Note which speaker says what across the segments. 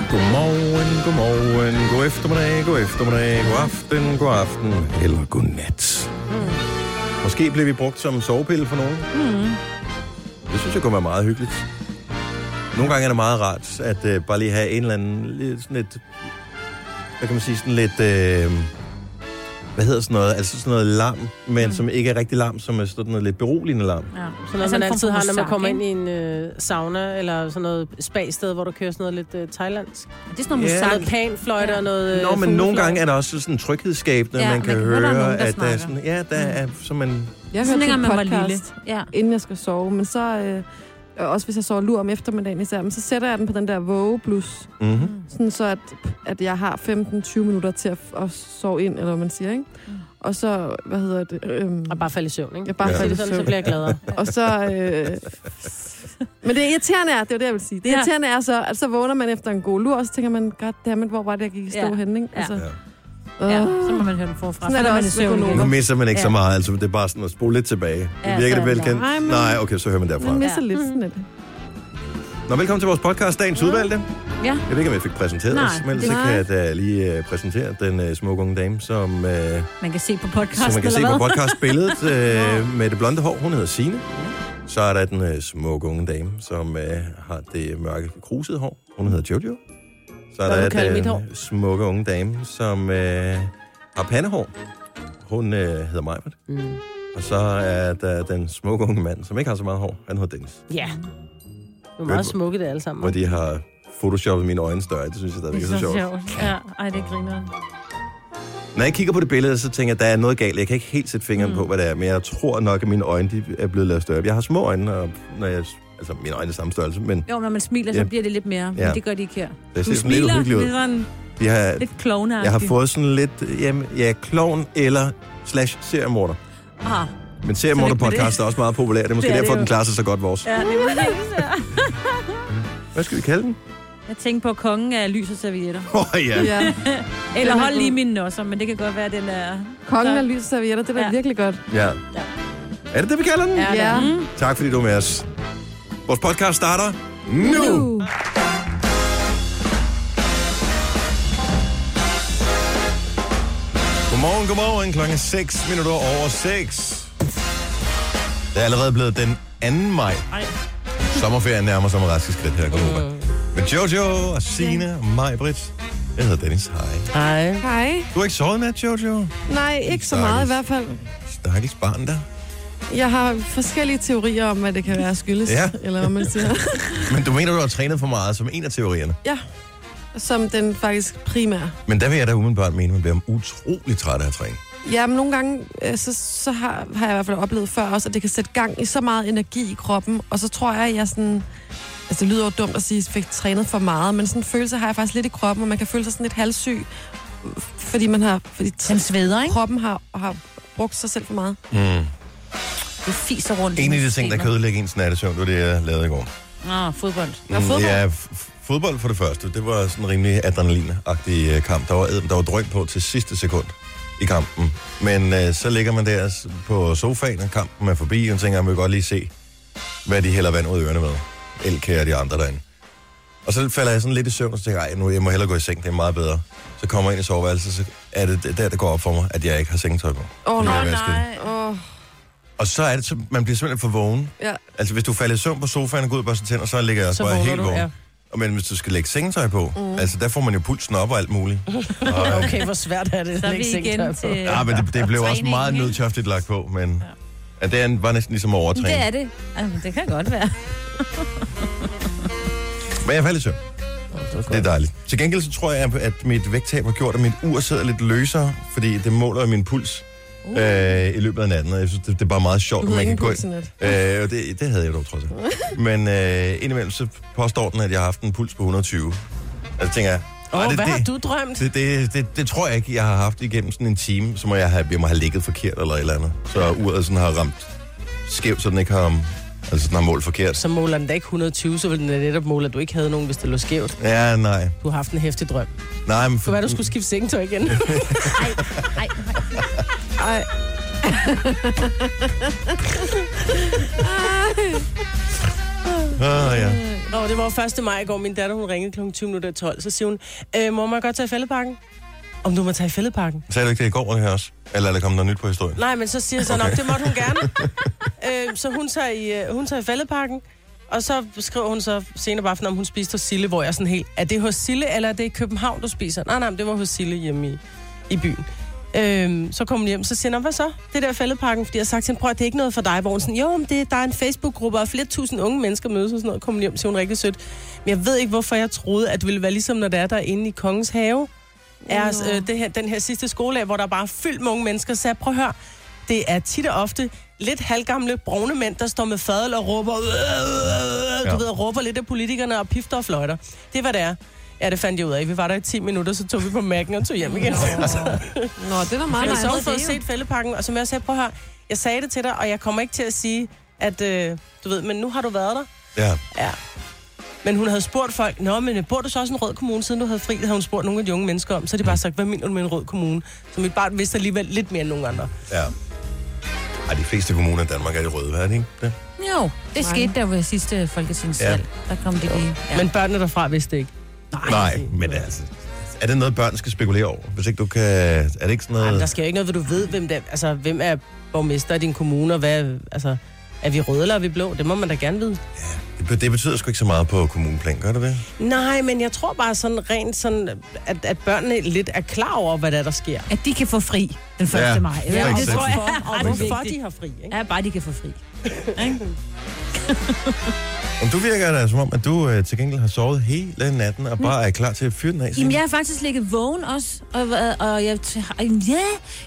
Speaker 1: Godmorgen, godmorgen, god eftermiddag, god eftermiddag, god aften, god aften eller god nat.
Speaker 2: Hmm.
Speaker 1: Mm. Måske bliver vi brugt som sovepille for nogen.
Speaker 3: Mm.
Speaker 1: Det synes jeg kunne være meget hyggeligt. Nogle gange er det meget rart at øh, bare lige have en eller anden lidt, sådan lidt, hvad kan man sige, sådan lidt, øh, hvad hedder sådan noget, altså sådan noget larm,
Speaker 2: Hmm.
Speaker 1: men mm. som ikke er rigtig larm, som er sådan noget lidt beroligende larm.
Speaker 2: Ja.
Speaker 3: Sådan noget, altså, man altid har, når man kommer ind i en øh, sauna, eller sådan noget spa-sted, hvor der kører sådan noget lidt øh, thailandsk.
Speaker 2: Det er sådan noget
Speaker 1: Ja.
Speaker 2: yeah.
Speaker 1: Sang.
Speaker 3: Sådan noget panfløjte og noget øh,
Speaker 1: Nå, men nogle
Speaker 3: fuglefløjte.
Speaker 1: gange er der også sådan tryghedsskabende,
Speaker 2: Ja,
Speaker 1: man
Speaker 2: man
Speaker 1: kan
Speaker 2: kan høre, der er
Speaker 1: høre,
Speaker 2: nogen, der
Speaker 1: at der er
Speaker 2: snakker. Hmm.
Speaker 1: sådan, ja, der er, så man,
Speaker 4: Jeg
Speaker 2: Sådan
Speaker 4: hører
Speaker 2: dengang
Speaker 4: til
Speaker 2: man var lille.
Speaker 4: podcast,
Speaker 2: Ja.
Speaker 1: Mhm.
Speaker 4: inden jeg skal sove, men så... Øh, og også hvis jeg sover lur om eftermiddagen især, men så sætter jeg den på den der vågeblus,
Speaker 1: mm-hmm.
Speaker 4: sådan så at, at jeg har 15-20 minutter til at, at sove ind, eller hvad man siger, ikke?
Speaker 2: Mm.
Speaker 4: Og så, hvad hedder det? Øhm,
Speaker 3: Og bare falde i søvn, ikke?
Speaker 4: jeg bare
Speaker 1: Ja.
Speaker 4: ja.
Speaker 3: Så,
Speaker 4: falder i
Speaker 3: det sådan, så
Speaker 4: søvn.
Speaker 3: bliver jeg gladere.
Speaker 4: Og så... Øh, men det irriterende er, det er det, jeg vil sige. Det
Speaker 2: Ja.
Speaker 4: irriterende er så, at så vågner man efter en god lur, og så tænker man, goddammit, hvor var det, jeg gik i stå
Speaker 2: Ja.
Speaker 4: ja. hen, ikke?
Speaker 2: Ja.
Speaker 4: Altså,
Speaker 1: ja.
Speaker 2: ja,
Speaker 4: åh.
Speaker 2: så må man høre den forfra.
Speaker 4: Sådan
Speaker 2: Så
Speaker 4: er
Speaker 2: er
Speaker 4: der
Speaker 2: man i
Speaker 4: også
Speaker 2: søvn
Speaker 1: Nu
Speaker 2: igen.
Speaker 4: økonomer.
Speaker 1: misser man ikke ja. så
Speaker 2: Ja.
Speaker 1: meget, altså det er bare sådan at spole lidt tilbage. Ja,
Speaker 2: Ja,
Speaker 1: Virker det
Speaker 2: ja,
Speaker 1: velkendt?
Speaker 4: nej, men-
Speaker 1: Nej, okay, så hører man derfra.
Speaker 4: Man misser lidt sådan lidt.
Speaker 1: Nå, velkommen til vores podcast, Dagens Udvalgte.
Speaker 2: Ja.
Speaker 1: Jeg ved ikke, om jeg fik præsenteret
Speaker 2: Nej,
Speaker 1: os, men
Speaker 4: det
Speaker 1: så
Speaker 4: var-
Speaker 1: kan jeg da lige uh, præsentere den uh, smukke unge dame, som, uh,
Speaker 2: Man kan se på
Speaker 1: som
Speaker 2: podcast,
Speaker 1: man kan se
Speaker 2: eller
Speaker 1: på
Speaker 2: hvad?
Speaker 1: podcastbilledet uh, med det blonde hår. Hun hedder Signe. Så er der den uh, smukke unge dame, som uh, har det mørke krusede hår. Hun hedder Jojo. Så
Speaker 3: Hvad
Speaker 1: er
Speaker 3: vil du kalde
Speaker 1: der
Speaker 3: mit
Speaker 1: den
Speaker 3: hår?
Speaker 1: øh, smukke unge dame, som uh, har pandehår. Hun uh, hedder Majbert.
Speaker 3: Mm.
Speaker 1: Og så er der den smukke unge mand, som ikke har så meget hår. Han hedder Dennis.
Speaker 3: Ja. Det er meget smukke, det alle
Speaker 1: Hvor
Speaker 3: sammen.
Speaker 1: de har photoshoppet mine øjne større. Det synes jeg
Speaker 2: Det
Speaker 1: stadigvæk
Speaker 2: er
Speaker 1: er så
Speaker 2: så
Speaker 1: sjovt.
Speaker 2: sjovt. Ja, ej, det griner.
Speaker 1: Når jeg kigger på det billede, så tænker jeg, at der er noget galt. Jeg kan ikke helt sætte fingeren mm. på, hvad det er, men jeg tror nok, at mine øjne de er blevet lavet større. Jeg har små øjne, og når jeg, altså mine øjne er samme størrelse, men
Speaker 2: Jo, når man smiler,
Speaker 1: Ja.
Speaker 2: så bliver det lidt mere.
Speaker 1: Ja.
Speaker 2: Men det gør de ikke her.
Speaker 1: det
Speaker 2: Du
Speaker 1: ser sådan lidt
Speaker 2: smiler,
Speaker 1: uhyggeligt
Speaker 2: det er
Speaker 1: ud.
Speaker 2: sådan
Speaker 1: De har,
Speaker 2: lidt klovne
Speaker 1: jeg har fået sådan lidt, jamen, jeg er klovn eller slash seriemorder.
Speaker 2: Ah,
Speaker 1: Men seriemorder-podcast
Speaker 2: det.
Speaker 1: er også meget populær. Det er måske
Speaker 2: Det
Speaker 1: det
Speaker 2: er
Speaker 1: er derfor,
Speaker 2: det jo.
Speaker 1: den klarer sig så godt vores.
Speaker 2: ja, det er
Speaker 1: Hvad skal vi kalde den?
Speaker 2: Jeg tænkte på kongen af lys og servietter.
Speaker 1: Åh oh, ja.
Speaker 4: Ja.
Speaker 2: Eller
Speaker 4: Den er
Speaker 2: hold lige
Speaker 4: god.
Speaker 2: min nosser, men det kan godt være, den er...
Speaker 4: Kongen
Speaker 2: Så-
Speaker 4: af lys og servietter, det er da
Speaker 2: Ja.
Speaker 4: virkelig godt.
Speaker 1: ja. Er det det, vi kalder den?
Speaker 2: Ja.
Speaker 4: Ja.
Speaker 1: Tak fordi du er med os. Vores podcast starter nu. nu.
Speaker 4: Uh.
Speaker 1: Godmorgen, godmorgen. Klokken er 6 minutter over 6. Det er allerede blevet den 2. maj.
Speaker 2: Ej.
Speaker 1: Sommerferien nærmer sig med raske skridt her. Mm. Med Jojo og Sina og mig, Britt. Jeg hedder Dennis. Hej.
Speaker 3: Hej.
Speaker 4: Hej.
Speaker 1: Du har ikke sovet med, Jojo?
Speaker 4: Nej, ikke så
Speaker 1: Stakkels.
Speaker 4: meget i hvert fald.
Speaker 1: Stakkels barn der.
Speaker 4: Jeg har forskellige teorier om, hvad det kan være skyldes,
Speaker 1: Ja.
Speaker 4: ja. eller hvad man siger.
Speaker 1: Men du mener, du har trænet for meget, som en af teorierne.
Speaker 4: Som den faktisk primære.
Speaker 1: Men der vil jeg da umiddelbart mene, at man bliver utrolig træt af at træne.
Speaker 4: Ja, men nogle gange, øh, så, så har, har jeg i hvert fald oplevet før også, at det kan sætte gang i så meget energi i kroppen, og så tror jeg, at jeg sådan... Altså, det lyder jo dumt at sige, at jeg fik trænet for meget, men sådan en følelse har jeg faktisk lidt i kroppen, og man kan føle sig sådan lidt halssyg, fordi man har... Fordi
Speaker 2: Den
Speaker 4: t-
Speaker 2: sveder, ikke?
Speaker 4: kroppen har, har brugt sig selv for meget.
Speaker 1: Mm.
Speaker 2: Du fiser rundt. i
Speaker 1: En af de
Speaker 2: dine
Speaker 1: ting, der
Speaker 2: systemer.
Speaker 1: kan ødelægge ens nattesøvn, det var det, jeg lavede i går.
Speaker 2: Ah, fodbold.
Speaker 4: Nå, fodbold?
Speaker 1: Mm, Ja, f- fodbold for det første. Det var sådan en rimelig adrenalinagtig øh, kamp. Der var, æd- der var drøn på til sidste sekund i kampen. Men øh, så ligger man der s- på sofaen, og kampen er forbi, og tænker, jeg vil godt lige se, hvad de hælder vand ud af ørerne med. Elke og de andre derinde. Og så falder jeg sådan lidt i søvn, og så tænker jeg, "Ej, nu jeg må hellere gå i seng, det er meget bedre. Så kommer jeg ind i soveværelset, så er det der, det går op for mig, at jeg ikke har sengetøj på.
Speaker 4: Åh, oh,
Speaker 1: Fordi jeg
Speaker 4: nej.
Speaker 1: er vasket.
Speaker 4: Åh, oh,
Speaker 1: Og så er det, så man bliver simpelthen for vågen.
Speaker 4: ja.
Speaker 1: Altså, hvis du falder i søvn på sofaen og går ud og børster tænder, så ligger jeg også
Speaker 3: Så
Speaker 1: bare
Speaker 3: vågner
Speaker 1: helt
Speaker 3: du,
Speaker 1: vågen. Ja.
Speaker 3: ja.
Speaker 1: Og men hvis du skal lægge sengetøj på, mm. altså der får man jo pulsen op og alt muligt. Og, øh,
Speaker 3: Okay, hvor svært er det?
Speaker 2: Så er vi igen til...
Speaker 1: ja, men det, det blev også
Speaker 2: Træningen,
Speaker 1: meget
Speaker 2: ikke?
Speaker 1: nødtøftigt lagt på, men ja. det er- var næsten ligesom at overtræne.
Speaker 2: Det er det. Jamen, det kan godt være.
Speaker 1: Men jeg faldt i søvn. Det er dejligt. Til gengæld så tror jeg, at mit vægttab har gjort, at mit ur sidder lidt løsere, fordi det måler min puls uh. øh, i løbet af natten. Og jeg synes, det, det er bare meget sjovt,
Speaker 4: Du
Speaker 1: at
Speaker 4: hedder
Speaker 1: man kan
Speaker 4: ingen
Speaker 1: gå
Speaker 4: puls
Speaker 1: ind.
Speaker 4: i nat.
Speaker 1: Øh, og det, det havde jeg dog trods alt. Men øh, indimellem så påstår den, at jeg har haft en puls på 120. Altså tænker jeg,
Speaker 3: Åh,
Speaker 1: "Ej,
Speaker 3: oh,
Speaker 1: det,
Speaker 3: hvad har
Speaker 1: det,
Speaker 3: du drømt?
Speaker 1: det, det, det, det tror jeg ikke, jeg har haft igennem sådan en time, så må jeg, have, jeg må have ligget forkert eller et eller andet. Så uret sådan har ramt skævt, så den ikke har, altså den har målt forkert.
Speaker 3: Så måler den da ikke 120, så vil den da netop måle, at du ikke havde nogen, hvis det lå skævt.
Speaker 1: Ja, nej.
Speaker 3: Du har haft en hæftig drøm. Det
Speaker 1: Nej, men for,
Speaker 3: kunne være, du skulle skifte sengetøj igen.
Speaker 2: Nej,
Speaker 4: Ej.
Speaker 1: Ah, ja. Ah,
Speaker 2: Nå,
Speaker 3: sjovt. Det var 1. maj i går. Min datter, hun ringede kl. 20 minutter i 12. Så siger hun, øh, mor, må jeg godt tage i fældeparken? Om du må tage i fældeparken?
Speaker 1: Sagde du ikke det i går, det her også? Eller er der kommet noget nyt på historien?
Speaker 3: Nej, men så siger jeg så, okay. det måtte hun gerne. øh, så hun tager, i, øh, hun tager i fældeparken. Og så skriver hun så senere på aftenen, om hun spiste hos Sille, hvor jeg sådan helt, er det hos Sille, eller er det i København, du spiser? Nej, nej, men det var hos Sille hjemme i, i byen. Øhm, så kom hun hjem, så siger hun, hvad så? Det der fældeparken, fordi jeg har sagt til hende, prøv at det er ikke noget for dig, hvor hun sådan, jo, men det, der er en Facebook-gruppe, og flere tusind unge mennesker mødes og sådan noget, kom hun hjem, siger hun rigtig sødt. Men jeg ved ikke, hvorfor jeg troede, at det ville være ligesom, når det er der inde i Kongens Have, er øh, det her, den her sidste skoledag, hvor der er bare er fyldt med unge mennesker, så jeg, prøv at høre, det er tit og ofte lidt halvgamle brune mænd, der står med fadel og råber, "Øh, øh, øh," du
Speaker 1: Ja.
Speaker 3: ved, og råber lidt af politikerne og pifter og fløjter. Det er, hvad det er. Ja, det fandt jeg ud af. Vi var der i 10 minutter, så tog vi på mærken og tog hjem igen. Så,
Speaker 4: Nå, det er da meget
Speaker 3: men så har hun
Speaker 4: nice.
Speaker 3: fået set fældepakken, og som jeg sagde, prøv at høre, jeg sagde det til dig, og jeg kommer ikke til at sige, at øh, du ved, men nu har du været der.
Speaker 1: Ja.
Speaker 3: Ja. Men hun havde spurgt folk, Nå, men øh, bor du så også i en rød kommune, siden du havde fri? Det havde hun spurgt nogle af de unge mennesker om. Så har de bare sagt, hvad mener du med en rød kommune? Så mit barn vidste alligevel lidt mere end nogen andre.
Speaker 1: Ja. Ej, de fleste kommuner i Danmark er i røde, er det ikke? Det.
Speaker 2: Jo, det skete der ved sidste folketingsvalg. Ja. Der kom det lige.
Speaker 3: Ja. Men børnene derfra vidste ikke.
Speaker 1: Nej, men altså... Er det noget, børn skal spekulere over? Hvis ikke du kan... Er det ikke sådan noget...
Speaker 3: Jamen, der sker jo ikke noget, hvor du ved, hvem, der, altså, hvem er borgmester i din kommune, og hvad, altså, er vi røde eller er vi blå? Det må man da gerne vide.
Speaker 1: Det be- Det betyder sgu ikke så meget på kommuneplan, gør det det?
Speaker 3: Nej, men jeg tror bare sådan rent sådan, at, at børnene lidt er klar over, hvad der, er, der sker.
Speaker 2: At de kan få fri den 1.
Speaker 1: Ja,
Speaker 2: maj.
Speaker 1: for
Speaker 2: og det
Speaker 1: eksempel.
Speaker 2: tror jeg er
Speaker 3: Og
Speaker 2: ret
Speaker 3: hvorfor de
Speaker 2: vigtigt.
Speaker 3: har fri, ikke?
Speaker 2: Ja, bare de kan få fri.
Speaker 1: Om du virker da som om, at du øh, til gengæld har sovet hele natten og bare er klar til at fyre den af.
Speaker 2: Jamen, jeg har faktisk ligget vågen også, og, og, og jeg, ja,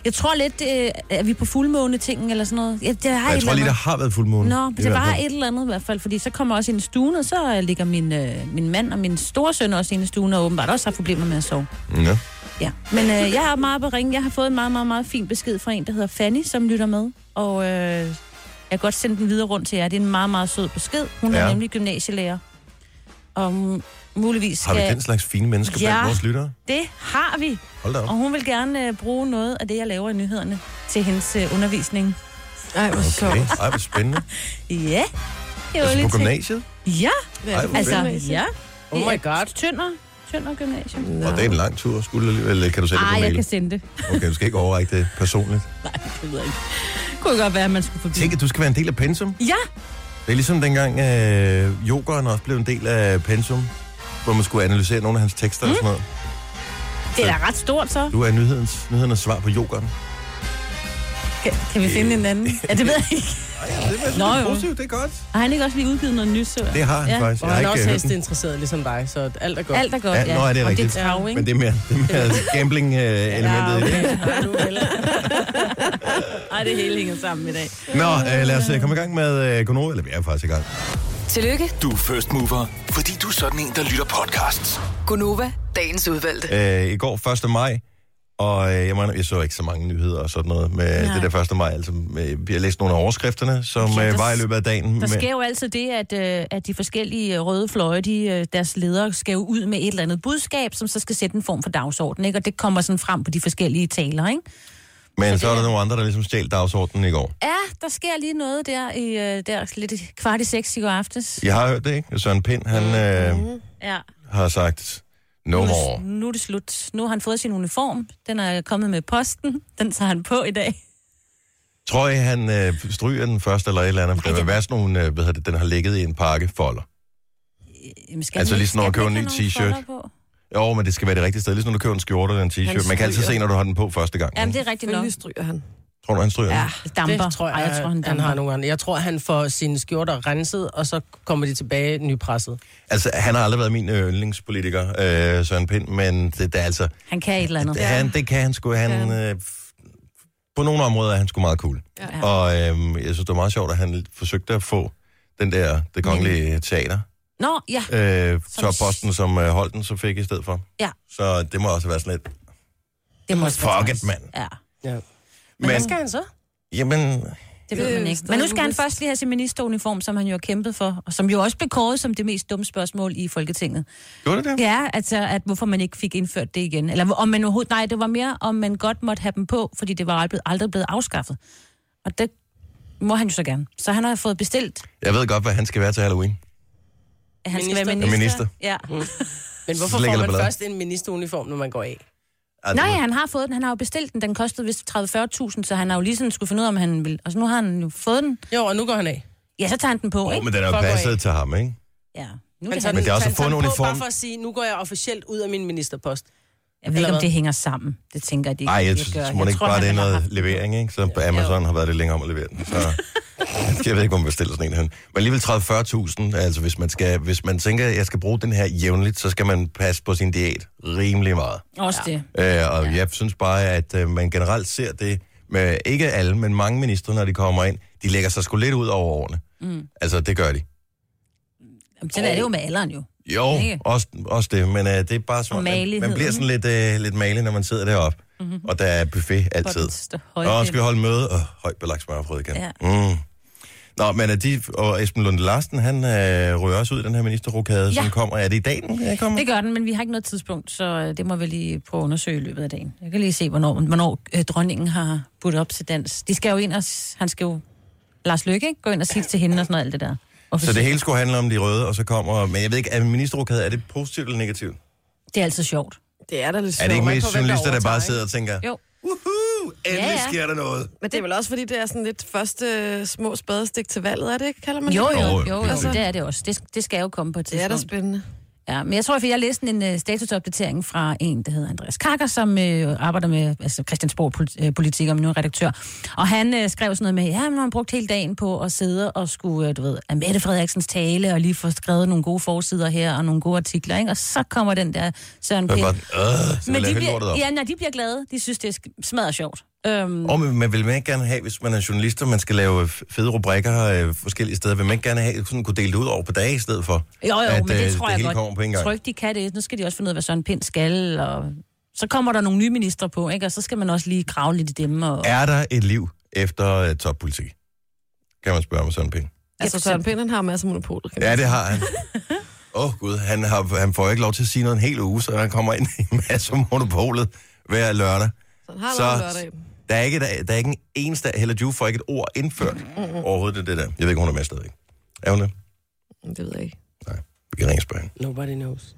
Speaker 2: jeg tror lidt, øh, er vi på fuldmåne-tingen eller sådan noget? Ja, det har
Speaker 1: jeg
Speaker 2: et
Speaker 1: tror lige,
Speaker 2: eller
Speaker 1: der har været fuldmåne.
Speaker 2: andet. Nå,
Speaker 1: i
Speaker 2: men det
Speaker 1: hvert
Speaker 2: var
Speaker 1: fald.
Speaker 2: et eller andet i hvert fald, fordi så kommer jeg også ind i stuen, og så øh, ligger min, øh, min mand og min storsøn også inde i stuen, og åbenbart også har problemer med at sove.
Speaker 1: Nå.
Speaker 2: Ja, men øh, jeg er meget på ringe. Jeg har fået en meget, meget, meget fin besked fra en, der hedder Fanny, som lytter med. Og øh, jeg kan godt sende den videre rundt til jer. Det er en meget, meget sød besked. Hun ja.
Speaker 1: Ja.
Speaker 2: er nemlig gymnasielærer. Og mm, muligvis
Speaker 1: Har vi
Speaker 2: skal...
Speaker 1: den slags fine mennesker blandt
Speaker 2: Ja.
Speaker 1: vores lyttere?
Speaker 2: Det har vi.
Speaker 1: Hold da op.
Speaker 2: Og hun vil gerne øh, bruge noget af det, jeg laver i nyhederne, til hendes øh, undervisning.
Speaker 4: Ej, hvor sjovt.
Speaker 1: Okay. Ej, hvor spændende.
Speaker 2: Ja, det var
Speaker 1: Altså på
Speaker 2: lidt ting.
Speaker 1: gymnasiet?
Speaker 2: Ja,
Speaker 1: Ej, hvor
Speaker 2: altså,
Speaker 1: spændende.
Speaker 2: ja.
Speaker 3: Oh my god.
Speaker 2: Tønder, Tønder Gymnasium.
Speaker 1: Og det er en lang tur, skulle du alligevel, eller kan du sætte det
Speaker 2: Ej,
Speaker 1: på
Speaker 2: jeg
Speaker 1: mail?
Speaker 2: kan sende det.
Speaker 1: Okay, du skal ikke overrække det personligt.
Speaker 2: Nej, det ved jeg ikke. Kunne godt være, at man skulle forbi.
Speaker 1: Tænk, at du skal være en del af pensum.
Speaker 2: Ja,
Speaker 1: Det er ligesom dengang, øh, yogeren også blev en del af pensum, hvor man skulle analysere nogle af hans tekster mm. og sådan noget.
Speaker 2: det er da ret stort så.
Speaker 1: Du er nyhedens, nyhedernes svar på yogeren.
Speaker 2: Kan, kan vi
Speaker 1: Øh.
Speaker 2: finde en anden? Ja, det ved jeg ikke.
Speaker 1: Ej, ja, det er,
Speaker 2: Nå, jo.
Speaker 1: det er godt.
Speaker 2: Har han ikke også lige udgivet noget nyt, så?
Speaker 1: Det har han ja.
Speaker 2: Ja.
Speaker 1: faktisk.
Speaker 3: Og
Speaker 1: Jeg har
Speaker 3: han er
Speaker 1: ikke
Speaker 3: også
Speaker 1: øh, hørt den.
Speaker 3: hestinteresseret, ligesom dig, så alt er godt.
Speaker 2: Alt er godt,
Speaker 1: Ja,
Speaker 2: ja.
Speaker 1: nå, er det
Speaker 2: Og
Speaker 1: rigtigt.
Speaker 2: det er trav, ikke?
Speaker 1: Men det er mere, det er mere gambling-elementet øh, i det.
Speaker 3: Nej, nu vel.
Speaker 2: Ej, det hele hænger sammen i dag.
Speaker 1: Nå, øh, lad os øh, komme i gang med øh, Gonova, eller vi er faktisk i gang.
Speaker 5: Tillykke,
Speaker 6: Du er first mover, fordi du er sådan en, der lytter podcasts.
Speaker 5: Gunova, dagens udvalgte.
Speaker 1: Øh, I går 1. maj, og øh, jeg, mener, jeg så ikke så mange nyheder og sådan noget med Nej.
Speaker 2: Nej.
Speaker 1: det der 1. maj. Altså, øh, vi har læst nogle af overskrifterne, som
Speaker 2: Ja,
Speaker 1: ja,
Speaker 2: der-
Speaker 1: var i løbet af dagen.
Speaker 2: Der sker jo altid det, at, øh, at de forskellige øh, røde fløje, de, øh, deres ledere skal jo ud med et eller andet budskab, som så skal sætte en form for dagsorden, ikke? Og det kommer sådan frem på de forskellige taler, ikke?
Speaker 1: men så er der nogle andre, der ligesom stjal dagsordenen i går.
Speaker 2: Ja, der sker lige noget der, i, øh, der lidt kvart i seks i går aftes.
Speaker 1: Jeg har hørt det, ikke? Søren Pind, han øh,
Speaker 2: Ja.
Speaker 1: har sagt, no
Speaker 2: Nu,
Speaker 1: more.
Speaker 2: er det- nu er det slut. Nu har han fået sin uniform. Den er kommet med posten. Den tager han på i dag.
Speaker 1: Tror I, han øh, stryger den første eller et eller andet? For der vil være sådan nogle, øh, hvad hedder det, den har ligget i en pakke folder.
Speaker 2: Jamen, skal
Speaker 1: Altså
Speaker 2: han ikke-
Speaker 1: lige sådan, når du
Speaker 2: skal han
Speaker 1: køber en
Speaker 2: ikke
Speaker 1: ny
Speaker 2: have nogle
Speaker 1: t-shirt.
Speaker 2: folder på?
Speaker 1: Jo, men det skal være det rigtige sted. Ligesom når du køber en skjorte eller en
Speaker 4: Han
Speaker 1: t-shirt. Man kan altid se,
Speaker 4: stryger.
Speaker 1: når du har den på første gang.
Speaker 2: Jamen,
Speaker 1: Jamen,
Speaker 2: det er rigtigt nok.
Speaker 4: Selvfølgelig stryger han.
Speaker 1: Tror du, han stryger ja.
Speaker 4: Ja.
Speaker 1: den?
Speaker 2: Damper.
Speaker 3: Det tror jeg,
Speaker 2: Ej, jeg tror, han,
Speaker 3: han
Speaker 2: damper.
Speaker 3: har nogle gange. Jeg tror, han får sine skjorter renset, og så kommer de tilbage nypresset.
Speaker 1: Altså, han har aldrig været min øh, yndlingspolitiker, øh, Søren Pind, men det, det er altså...
Speaker 2: Han kan et eller andet.
Speaker 1: Det, han, det kan han sgu. Han, øh, f- på nogle områder er han sgu meget cool. Ja.
Speaker 2: Ja.
Speaker 1: Og øh, jeg synes, det var meget sjovt, at han forsøgte at få den der, det kongelige teater,
Speaker 2: Nå, ja.
Speaker 1: øh, topposten, som øh, Holden så fik i stedet for.
Speaker 2: Ja.
Speaker 1: Så det må også være sådan lidt...
Speaker 2: Det må også være
Speaker 1: Fuck
Speaker 2: træls.
Speaker 1: it, mand.
Speaker 2: Ja,
Speaker 3: Ja.
Speaker 1: Men,
Speaker 3: Hvad skal han så?
Speaker 1: jamen,
Speaker 2: Øh, det ved man ikke. Men nu skal han først lige have sin ministeruniform, som han jo har kæmpet for, og som jo også blev kåret som det mest dumme spørgsmål i Folketinget.
Speaker 1: gjorde det det?
Speaker 2: Ja, altså, at hvorfor man ikke fik indført det igen. Eller om man overhovedet... Nej, det var mere, om man godt måtte have dem på, fordi det var aldrig blevet, aldrig blevet afskaffet. Og det må han jo så gerne. Så han har fået bestilt,
Speaker 1: Jeg ved godt, hvad han skal være til Halloween.
Speaker 2: han skal
Speaker 3: Minister.
Speaker 2: være minister.
Speaker 3: Ja,
Speaker 1: minister.
Speaker 2: Ja.
Speaker 3: Men
Speaker 1: ligger
Speaker 3: hvorfor får
Speaker 1: der
Speaker 3: man
Speaker 1: ballade.
Speaker 3: først en ministeruniform, når man går af?
Speaker 1: Ej,
Speaker 2: Nej,
Speaker 1: det var-
Speaker 2: han har fået den. Han har jo bestilt den. Den kostede vist 30-40.000, så han har jo lige sådan skulle finde ud af, om han vil. Og så nu har han jo fået den.
Speaker 3: Jo, og nu går han af.
Speaker 2: Ja, så tager han den på,
Speaker 1: Åh,
Speaker 2: ikke?
Speaker 1: men den er jo
Speaker 3: For at gå
Speaker 1: passet
Speaker 3: af.
Speaker 1: til ham, ikke?
Speaker 2: Ja. Nu
Speaker 3: Han
Speaker 2: kan
Speaker 3: tager
Speaker 2: han,
Speaker 1: Men
Speaker 3: den-
Speaker 1: det er også
Speaker 3: han
Speaker 1: at få
Speaker 3: tager
Speaker 1: en
Speaker 3: den på,
Speaker 1: uniform.
Speaker 3: Bare for at sige, nu går jeg officielt ud af min ministerpost.
Speaker 2: jeg ved ikke,
Speaker 3: Eller
Speaker 2: om det hænger sammen. Det tænker jeg, det
Speaker 1: Nej, jeg
Speaker 2: det gør.
Speaker 1: synes, må det ikke
Speaker 2: tror,
Speaker 1: bare
Speaker 2: han
Speaker 1: det er
Speaker 2: vil have
Speaker 1: noget
Speaker 2: haft-
Speaker 1: levering, ikke? Så Amazon har været lidt længere om at levere den. Så jeg ved ikke, om man bestiller sådan en her. Men alligevel 30-40.000, altså hvis man, skal, hvis man tænker, at jeg skal bruge den her jævnligt, så skal man passe på sin diæt rimelig meget.
Speaker 2: Også det.
Speaker 1: Øh, og ja. jeg synes bare, at øh, man generelt ser det med ikke alle, men mange ministre, når de kommer ind, de lægger sig sgu lidt ud over årene. Mm. Altså, det gør de.
Speaker 2: Jamen, sådan er det jo med alderen jo.
Speaker 1: Jo,
Speaker 2: Ikke?
Speaker 1: også, også det, men øh, det er bare
Speaker 2: Og
Speaker 1: sådan, man, man
Speaker 2: maligheden,
Speaker 1: bliver sådan lidt, øh, lidt malig, når man sidder deroppe. Mm-hmm. Og der er buffet
Speaker 2: På
Speaker 1: altid.
Speaker 2: Mhm. den st- høje
Speaker 1: Nå,
Speaker 2: ende.
Speaker 1: skal vi holde møde? Oh, højt belagt smørbrød igen.
Speaker 2: Ja.
Speaker 1: Mm. Nå, men er de, og Esben Lunde Larsen, han øh, rører også ud i den her ministerrokade, ja.
Speaker 2: Ja.
Speaker 1: som kommer. Er det i dag, den øh, kommer?
Speaker 2: Det gør den, men vi har ikke noget tidspunkt, så øh, det må vi lige prøve at undersøge i løbet af dagen. Jeg kan lige se, hvornår, hvornår øh, dronningen har budt op til dans. De skal jo ind og... s- Han skal jo... Lars Løkke, ikke? Gå ind og sige til hende og sådan noget, alt det der. Og
Speaker 1: Så det hele skulle handle om de røde, og så kommer... Men jeg ved ikke, er ministerrokade, er det positivt eller negativt?
Speaker 2: det er altid sjovt.
Speaker 4: Det er da lidt
Speaker 1: Er det ikke
Speaker 4: sjovt.
Speaker 1: mest
Speaker 3: på, hvem der
Speaker 1: journalister, der bare
Speaker 3: overtager,
Speaker 1: sidder og tænker,
Speaker 2: Jo.
Speaker 1: uhu, endelig ja, ja.
Speaker 2: Ja, ja.
Speaker 1: sker der noget?
Speaker 4: Men det er vel også, fordi det er sådan lidt første øh, små spadestik til valget, er det ikke, kalder man
Speaker 2: Jo,
Speaker 4: det?
Speaker 1: Åh,
Speaker 2: jo,
Speaker 1: ja,
Speaker 2: jo, jo,
Speaker 1: præcis.
Speaker 2: det er det også. Det, det skal jo komme på et
Speaker 4: Det er da
Speaker 2: tidspunkt.
Speaker 4: spændende.
Speaker 2: Ja, men jeg tror, at jeg læste en uh, statusopdatering fra en, der hedder Andreas Kakker, som uh, arbejder med altså Christiansborg-politik, om nu er redaktør. Og han uh, skrev sådan noget med, ja, men han brugt hele dagen på at sidde og skulle, uh, du ved, af Mette Frederiksens tale, og lige få skrevet nogle gode forsider her, og nogle gode artikler, ikke? Og så kommer den der Søren
Speaker 1: Så er det bare,
Speaker 2: Pind.
Speaker 1: øh, så vil jeg hælde lortet op.
Speaker 2: bliver, ja, nej, de bliver glade. De synes, det er smadret sjovt. Øhm,
Speaker 1: Og men man vil man ikke gerne have, hvis man er journalist, og man skal lave f- fede rubrikker øh, forskellige steder, vil man ikke gerne have, sådan kunne dele det ud over på dage i stedet for?
Speaker 2: Jo, jo,
Speaker 1: at,
Speaker 2: at, men
Speaker 1: øh,
Speaker 2: det tror
Speaker 1: det
Speaker 2: jeg
Speaker 1: hele
Speaker 2: godt.
Speaker 1: kommer på en gang.
Speaker 2: Tryk, de kan det. Nu skal de også finde ud af, hvad Søren Pind skal, og så kommer der nogle nye ministre på, ikke? Og så skal man også lige grave lidt i dem. Og...
Speaker 1: Er der et liv efter øh, toppolitik? Kan man spørge om sådan penge?
Speaker 4: Altså, Søren Pind, han har masser af monopoler. kan man
Speaker 1: Ja,
Speaker 4: sige.
Speaker 1: det har han. Åh oh, gud, han, har, han får ikke lov til at sige noget en hel uge, så han kommer ind i en masse om monopolet hver lørdag.
Speaker 4: Så han har
Speaker 1: Så-
Speaker 4: noget lørdag.
Speaker 1: Der er ikke, der, der er ikke en eneste, Hella Juve får ikke et ord indført overhovedet det, det der. Jeg ved ikke, hun er med stadigvæk. Er hun det?
Speaker 4: Mm, Det ved jeg ikke.
Speaker 1: Nej, vi kan ringe og spørge hende.
Speaker 3: Nobody knows.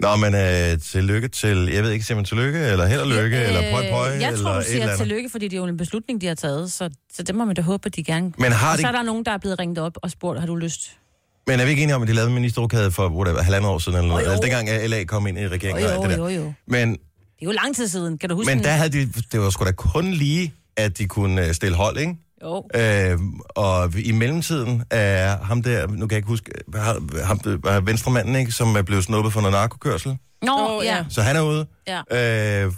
Speaker 1: Nå, men øh, tillykke til, jeg ved ikke, siger man tillykke, eller held og lykke, øh, eller pøj pøj,
Speaker 2: jeg
Speaker 1: eller
Speaker 2: tror,
Speaker 1: et
Speaker 2: du
Speaker 1: eller
Speaker 2: siger
Speaker 1: andet.
Speaker 2: tillykke, fordi det er jo en beslutning, de har taget, så, så det må man da håbe, at de gerne...
Speaker 1: Men, har
Speaker 2: og
Speaker 1: det,
Speaker 2: så er der nogen, der er blevet ringet op og spurgt, har du lyst?
Speaker 1: men er vi ikke enige om, at de lavede ministerrokade for whatever, halvandet år siden, eller noget? Altså, dengang øh, LA kom ind i
Speaker 2: Jo,
Speaker 1: regeringen og alt
Speaker 2: jo,
Speaker 1: det der.
Speaker 2: jo, jo.
Speaker 1: Men,
Speaker 2: Det er jo lang tid siden, kan du huske
Speaker 1: men der
Speaker 2: den?
Speaker 1: havde de, det var sgu da kun lige, at de kunne øh, stille hold, ikke?
Speaker 2: Jo.
Speaker 1: Øh, og i mellemtiden er ham der, nu kan jeg ikke huske, øh, har- ham, der- venstremanden, ikke, som er blevet snuppet for noget narkokørsel.
Speaker 2: Nå,
Speaker 3: Åh,
Speaker 2: ja.
Speaker 3: ja.
Speaker 1: Så han er ude.
Speaker 2: ja.
Speaker 1: Øh,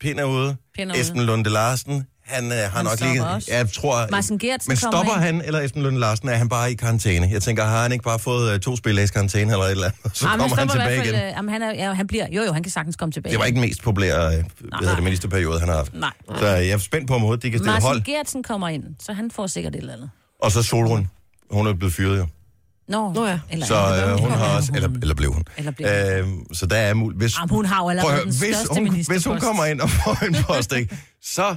Speaker 1: Pind er ude.
Speaker 2: Pind er ude.
Speaker 1: Esben Lunde Larsen, han øh, har
Speaker 2: Han
Speaker 1: nok
Speaker 2: stopper
Speaker 1: lige...
Speaker 2: også.
Speaker 1: Jeg tror,
Speaker 2: Martin Geertsen
Speaker 1: men
Speaker 2: kommer
Speaker 1: stopper
Speaker 2: ind.
Speaker 1: han, eller Esben Lunde Larsen, er han bare i karantæne? Jeg tænker, har han ikke bare fået øh, to spilledags karantæne eller et eller andet? Så
Speaker 2: Ej,
Speaker 1: Jamen,
Speaker 2: men
Speaker 1: kommer han
Speaker 2: stopper i hvert
Speaker 1: tilbage igen.
Speaker 2: fald, øh, jamen, han, er, ja, han bliver, jo, jo, han kan sagtens komme tilbage.
Speaker 1: Det var ikke den mest populære øh, hvad hedder
Speaker 2: nej.
Speaker 1: det, ministerperiode, han har haft.
Speaker 2: Nej.
Speaker 1: Så øh, jeg er spændt på, om overhovedet de kan stille
Speaker 2: Martin
Speaker 1: hold.
Speaker 2: Geertsen kommer ind, så han får sikkert et eller andet.
Speaker 1: Og så Solrun. Hun er blevet fyret jo.
Speaker 2: Nå,
Speaker 4: Nå ja.
Speaker 2: Eller,
Speaker 1: Så øh, hun har også... Eller, eller blev hun.
Speaker 2: Eller blev
Speaker 1: øh, så der er muligt. Hvis,
Speaker 2: Jamen, hun har jo
Speaker 1: prøv
Speaker 2: allerede
Speaker 1: at høre,
Speaker 2: den
Speaker 1: hvis,
Speaker 2: største
Speaker 1: hun,
Speaker 2: ministerpost.
Speaker 1: hvis hun kommer ind og får en post, ikke, så,